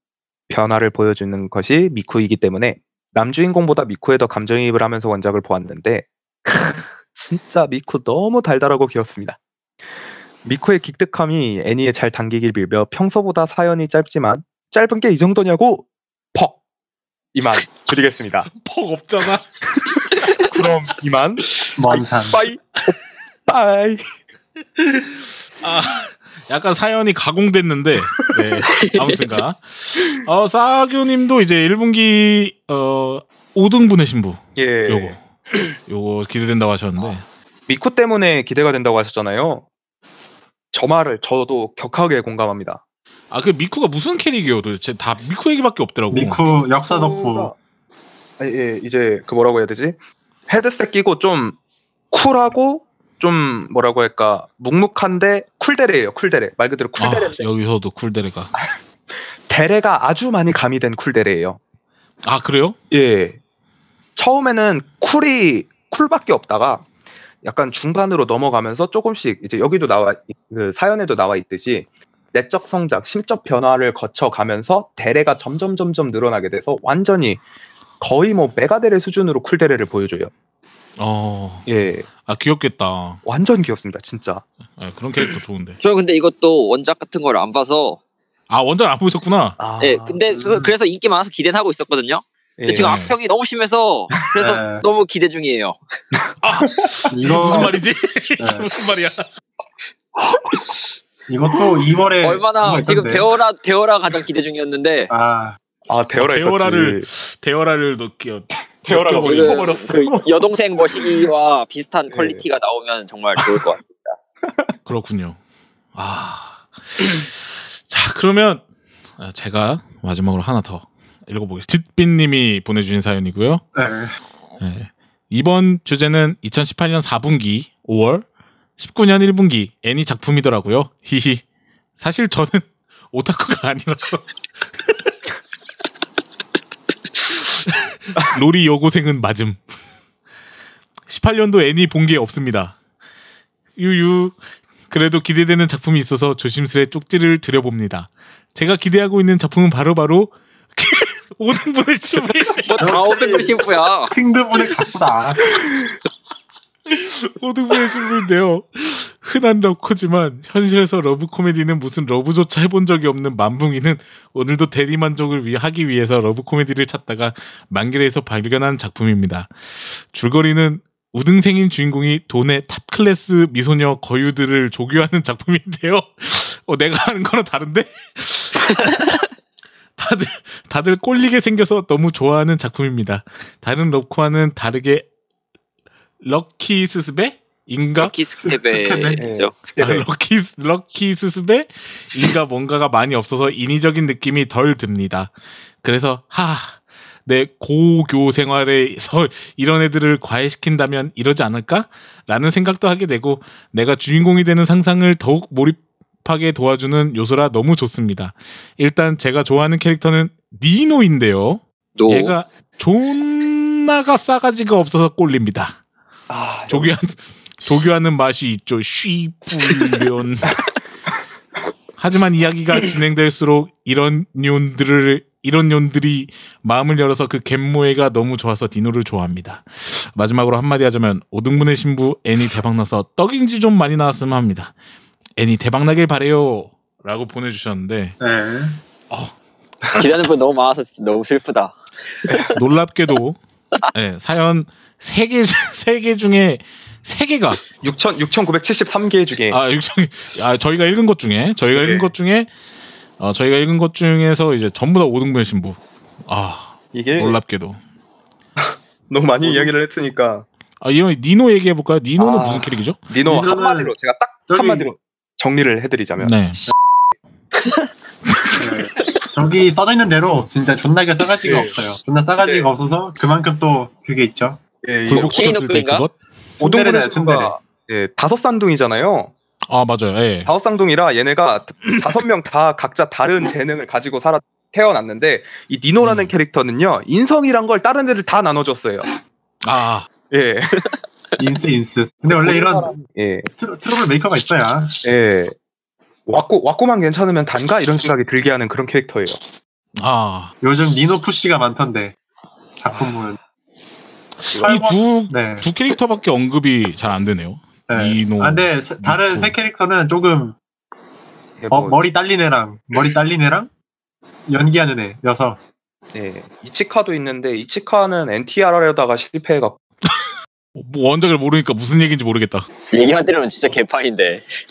Speaker 6: 변화를 보여주는 것이 미쿠이기 때문에 남주인공보다 미쿠에 더 감정이입을 하면서 원작을 보았는데 크, 진짜 미쿠 너무 달달하고 귀엽습니다. 미쿠의 기특함이 애니에 잘 당기길 빌며 평소보다 사연이 짧지만 짧은 게 이 정도냐고 퍽 이만 줄이겠습니다.
Speaker 4: 퍽 없잖아.
Speaker 6: 그럼 이만
Speaker 3: 먼 산.
Speaker 6: 빠이 빠이
Speaker 4: 아, 약간 사연이 가공됐는데, 네, 아무튼가. 어, 싸교님도 이제 1분기, 어, 5등분의 신부,
Speaker 6: 예
Speaker 4: 요거. 요거 기대된다고 하셨는데.
Speaker 6: 미쿠 때문에 기대가 된다고 하셨잖아요. 저 말을 저도 격하게 공감합니다.
Speaker 4: 아, 그 미쿠가 무슨 캐릭이에요? 도대체 다 미쿠 얘기밖에 없더라고.
Speaker 3: 미쿠 역사
Speaker 5: 어.
Speaker 3: 덕후.
Speaker 6: 아, 예, 이제 그 뭐라고 해야 되지? 헤드셋 끼고 좀 쿨하고 좀 뭐라고 할까 묵묵한데 쿨데레예요. 쿨데레 말 그대로
Speaker 4: 아,
Speaker 6: 쿨데레.
Speaker 4: 여기서도 쿨데레가.
Speaker 6: 데레가 아주 많이 가미된 쿨데레예요.
Speaker 4: 아, 그래요?
Speaker 6: 예. 처음에는 쿨이 쿨밖에 없다가 약간 중반으로 넘어가면서 조금씩 이제 여기도 나와 그 사연에도 나와 있듯이 내적 성장, 심적 변화를 거쳐 가면서 대례가 점점 점점 늘어나게 돼서 완전히 거의 뭐 메가 대례 수준으로 쿨 대례를 보여줘요.
Speaker 4: 어,
Speaker 6: 예,
Speaker 4: 아, 귀엽겠다.
Speaker 6: 완전 귀엽습니다, 진짜.
Speaker 4: 예, 그런 캐릭터 좋은데.
Speaker 5: 저 근데 이것도 원작 같은 걸 안 봐서
Speaker 4: 아, 원작 안 보셨구나.
Speaker 6: 아,
Speaker 5: 예 근데 그- 그래서 인기 많아서 기대는 하고 있었거든요
Speaker 6: 예.
Speaker 5: 근데 지금
Speaker 4: 예.
Speaker 5: 악평이 너무 심해서 그래서
Speaker 3: 네.
Speaker 5: 너무 기대 중이에요
Speaker 4: 무슨
Speaker 3: 이거,
Speaker 4: 말이지?
Speaker 3: 네.
Speaker 4: 무슨 말이야?
Speaker 3: 이것도 2월에.
Speaker 5: 얼마나 지금
Speaker 3: 배워
Speaker 5: 데어라 데어라 가장 기대 중이었는데
Speaker 3: 네. 아,
Speaker 6: 아 대어라
Speaker 4: 대어라를-
Speaker 6: 있었지.
Speaker 4: 대어라를 넣기요.
Speaker 6: 대어라가
Speaker 5: 지금
Speaker 6: 벌써 쳐버렸어.
Speaker 5: 그 여동생 머시기와 비슷한 퀄리티가 나오면 정말 좋을 것 같아요
Speaker 4: 그렇군요. 아. 자, 그러면 아, 제가 마지막으로 하나 더 읽어보겠습니다. 짓빈님이 보내주신 사연이고요.
Speaker 3: 네.
Speaker 4: 예. 이번 주제는 2018년 4분기 5월 19년 1분기 애니 작품이더라고요. 히히. 사실 저는 오타쿠가 아니라서 놀이 여고생은 맞음. 18년도 애니 본 게 없습니다. 유유. 그래도 기대되는 작품이 있어서 조심스레 쪽지를 드려봅니다. 제가 기대하고 있는 작품은 바로바로 5등분의 춤이
Speaker 5: 뭐다
Speaker 3: 역시.
Speaker 5: 오든 신부야
Speaker 3: 킹드분의 각구다.
Speaker 4: 오등분의 신부인데요. 흔한 러브코지만 현실에서 러브 코미디는 무슨 러브조차 해본 적이 없는 만붕이는 오늘도 대리 만족을 위해 하기 위해서 러브 코미디를 찾다가 만길에서 발견한 작품입니다. 줄거리는 우등생인 주인공이 돈의 탑 클래스 미소녀 거유들을 조교하는 작품인데요. 어, 내가 하는 거랑 다른데? 다들 다들 꼴리게 생겨서 너무 좋아하는 작품입니다. 다른 럭코와는 다르게 럭키 스스베 인가
Speaker 5: 럭키 스케베죠.
Speaker 6: 스케베.
Speaker 4: 아, 럭키 스- 럭키 스스베 인가 뭔가가 많이 없어서 인위적인 느낌이 덜 듭니다. 그래서 하 내 고교 생활에서 이런 애들을 과외시킨다면 이러지 않을까라는 생각도 하게 되고 내가 주인공이 되는 상상을 더욱 몰입하게 도와주는 요소라 너무 좋습니다. 일단 제가 좋아하는 캐릭터는 니노인데요.
Speaker 5: 노
Speaker 4: 얘가 존나가 싸가지가 없어서 꼴립니다.
Speaker 6: 아,
Speaker 4: 조교한 조교하는 맛이 있죠. 쉬뿔련. 하지만 이야기가 진행될수록 이런 뇽들을 이런 뇽들이 마음을 열어서 그 갯모애가 너무 좋아서 디노를 좋아합니다. 마지막으로 한마디 하자면 오등분의 신부 애니 대박나서 떡인지 좀 많이 나왔으면 합니다. 애니 대박나길 바래요. 라고 보내주셨는데
Speaker 3: 네.
Speaker 7: 기대하는 분 너무 많아서 진짜 너무 슬프다.
Speaker 4: 놀랍게도 예, 사연 3개, 세개 중에 3개가
Speaker 6: 6천 6,973개 중에
Speaker 4: 아, 육성, 아, 저희가 읽은 것 중에, 저희가 읽은 것 중에, 어, 저희가 읽은 것 중에서 이제 전부 다 5등분의 신부. 아,
Speaker 6: 이게
Speaker 4: 놀랍게도.
Speaker 6: 너무 많이 이야기를 했으니까
Speaker 4: 아, 이런 니노 얘기해볼까요? 니노는
Speaker 6: 아.
Speaker 4: 무슨 캐릭이죠?
Speaker 6: 니노
Speaker 3: 니노는
Speaker 6: 한마디로 제가 딱
Speaker 3: 저기-
Speaker 6: 한마디로 정리를 해드리자면
Speaker 4: 네.
Speaker 3: 네. 저기 써져 있는 대로 진짜 존나게 싸가지가
Speaker 6: 네.
Speaker 3: 없어요. 존나 싸가지가
Speaker 6: 네.
Speaker 3: 없어서 그만큼 또 그게 있죠.
Speaker 6: 예, 이거
Speaker 4: 굴복시켰을 때
Speaker 7: 케이노크인가?
Speaker 4: 그것?
Speaker 6: 오동분의
Speaker 3: 츤데레잖아요, 츤데레.
Speaker 6: 친구가 예, 다섯 쌍둥이잖아요.
Speaker 4: 아, 맞아요. 예.
Speaker 6: 다섯 쌍둥이라 얘네가 다섯 명 다 각자 다른 재능을 가지고 살아 태어났는데 이 니노라는
Speaker 4: 음.
Speaker 6: 캐릭터는요 인성이란 걸 다른 애들 다 나눠줬어요.
Speaker 4: 아,
Speaker 6: 예,
Speaker 3: 인스 인스. 근데 원래 이런
Speaker 6: 예,
Speaker 3: 트러, 트러블 메이커가 있어야
Speaker 6: 예. 와꾸 와꾸만 괜찮으면 단가 이런 생각이 들게 하는 그런 캐릭터예요.
Speaker 4: 아.
Speaker 3: 요즘 니노 푸시가 많던데 작품은
Speaker 4: 이 두,
Speaker 3: 네.
Speaker 4: 두 캐릭터밖에 언급이 잘 안 되네요.
Speaker 3: 네.
Speaker 4: 니노.
Speaker 3: 아, 근데 세- 다른
Speaker 4: 니노.
Speaker 3: 세 캐릭터는 조금
Speaker 6: 예,
Speaker 4: 아,
Speaker 3: 어,
Speaker 6: 뭐,
Speaker 3: 머리 딸린 애랑 머리 딸린 애랑 연기하는 애 여섯.
Speaker 6: 예. 이치카도 있는데 이치카는 NTR하려다가 실패해갖고
Speaker 4: 뭐 원작을 모르니까 무슨 얘기인지 모르겠다.
Speaker 7: 얘기만 때리면 진짜 개판인데.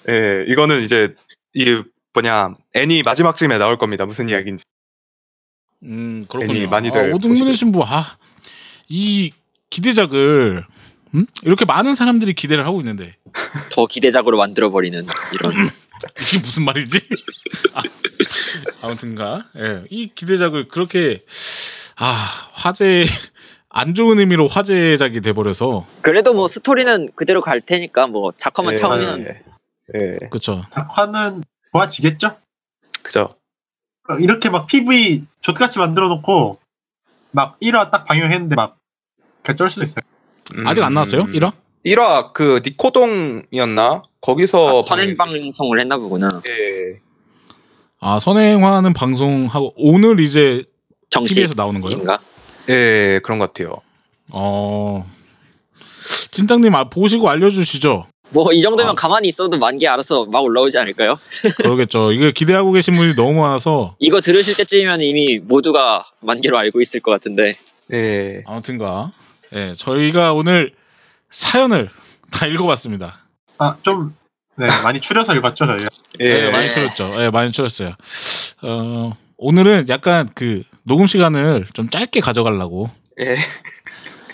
Speaker 6: 예, 이거는 이제 이 뭐냐 애니 마지막쯤에 나올 겁니다. 무슨 이야기인지.
Speaker 4: 음, 그렇군요.
Speaker 6: 괜히 많이들
Speaker 4: 아, 오등분의
Speaker 6: 보시길.
Speaker 4: 신부, 아, 이 기대작을, 음? 이렇게 많은 사람들이 기대를 하고 있는데.
Speaker 7: 더 기대작으로 만들어버리는 이런.
Speaker 4: 이게 무슨 말이지? 아, 무튼가 예. 이 기대작을 그렇게 아 화제 안 좋은 의미로 화제작이 돼버려서
Speaker 7: 그래도 뭐 스토리는 그대로 갈 테니까 뭐 작화만
Speaker 6: 예,
Speaker 7: 참으면
Speaker 6: 예, 예,
Speaker 4: 그쵸?
Speaker 3: 작화는 좋아지겠죠?
Speaker 6: 그죠.
Speaker 3: 이렇게 막 PV 좆같이 만들어 놓고 막 1화 딱 방영했는데 막 그냥 쩔 수도 있어요.
Speaker 4: 아직 안 나왔어요?
Speaker 6: 음.
Speaker 4: 1화?
Speaker 6: 1화 그 니코동이었나? 거기서
Speaker 4: 어,
Speaker 7: 아, 선행 방송을 했나 보구나.
Speaker 6: 예.
Speaker 4: 아 선행화는 방송하고 오늘 이제
Speaker 7: 정식인가?
Speaker 4: TV에서 나오는 거예요?
Speaker 6: 예, 그런 것 같아요.
Speaker 4: 어 진땅님 아, 보시고 알려주시죠.
Speaker 7: 뭐 이 정도면
Speaker 4: 아.
Speaker 7: 가만히 있어도 만개 알아서 막 올라오지 않을까요?
Speaker 4: 그러겠죠. 이게 기대하고 계신 분이 너무 많아서
Speaker 7: 이거 들으실 때쯤이면 이미 모두가 만개로 알고 있을 것 같은데.
Speaker 6: 예.
Speaker 4: 아무튼가 예 저희가 오늘 사연을 다 읽어봤습니다.
Speaker 3: 아, 좀, 네, 많이 추려서 읽었죠, 저희.
Speaker 4: 네,
Speaker 6: 예.
Speaker 4: 많이 줄였죠. 예, 많이 줄였어요. 어, 오늘은 약간 그 녹음 시간을 좀 짧게 가져가려고.
Speaker 6: 예.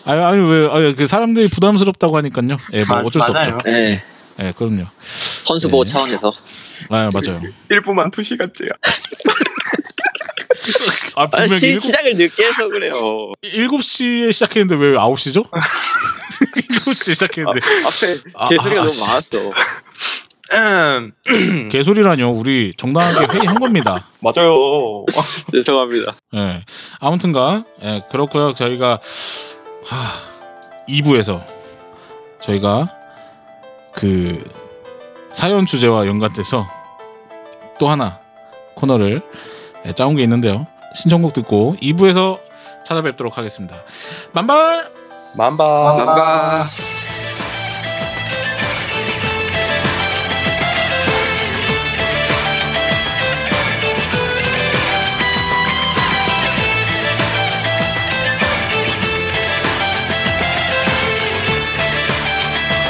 Speaker 4: 아니, 아니, 왜, 아니, 그 사람들이 부담스럽다고 하니까요. 예, 뭐 어쩔 수 없죠.
Speaker 7: 네.
Speaker 4: 예, 그럼요.
Speaker 7: 선수 보호
Speaker 4: 네.
Speaker 7: 차원에서.
Speaker 4: 아, 맞아요.
Speaker 6: 1부만 2시간째야.
Speaker 4: 아,
Speaker 7: 아,
Speaker 4: 분명히
Speaker 7: 시,
Speaker 4: 일곱
Speaker 7: 시작을 늦게 해서 그래요.
Speaker 4: 일곱 시에 시작했는데 왜 9시죠? 7시에 시작했는데.
Speaker 6: 앞에
Speaker 4: 아,
Speaker 7: 개소리가
Speaker 4: 아,
Speaker 7: 너무
Speaker 4: 씨.
Speaker 7: 많았어.
Speaker 6: 음,
Speaker 4: 개소리라뇨. 우리 정당하게 회의한 겁니다.
Speaker 6: 맞아요.
Speaker 7: 죄송합니다.
Speaker 4: 예. 아무튼가 예, 그렇고요. 저희가 하, 2부에서 저희가 그 사연 주제와 연관돼서 또 하나 코너를 예, 짜온 게 있는데요. 신청곡 듣고 2부에서 찾아뵙도록 하겠습니다. 만발!
Speaker 6: 만바. 만바.
Speaker 2: 새로운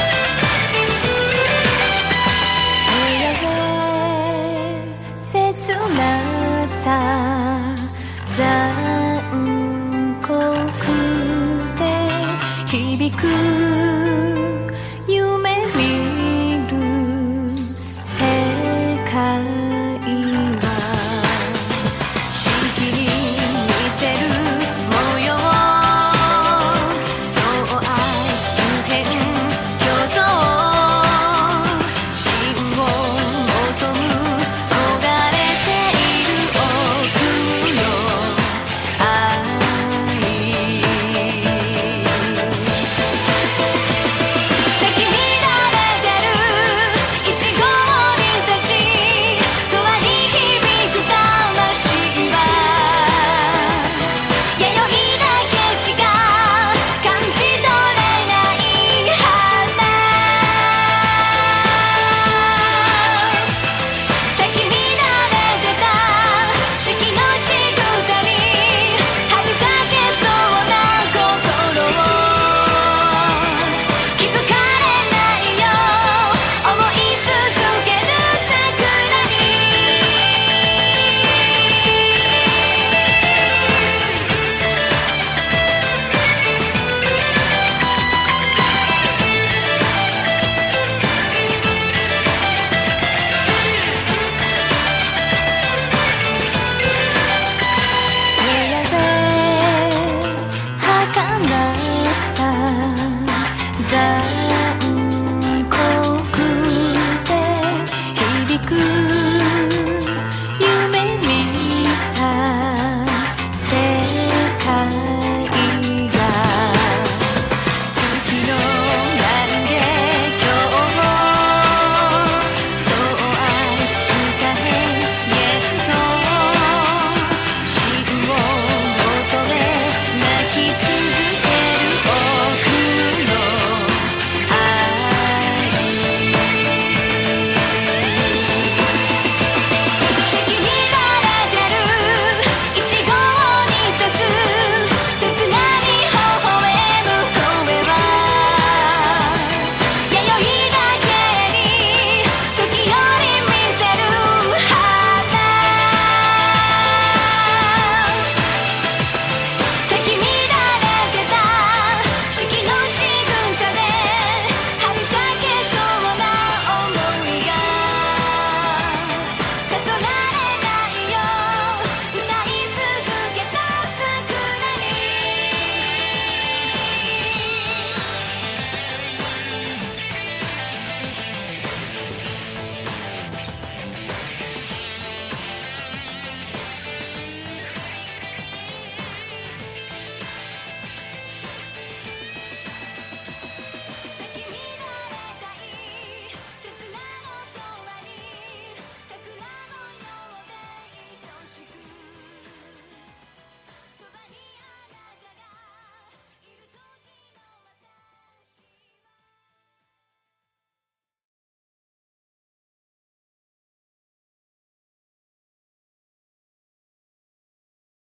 Speaker 2: 새로운 새 残酷で響く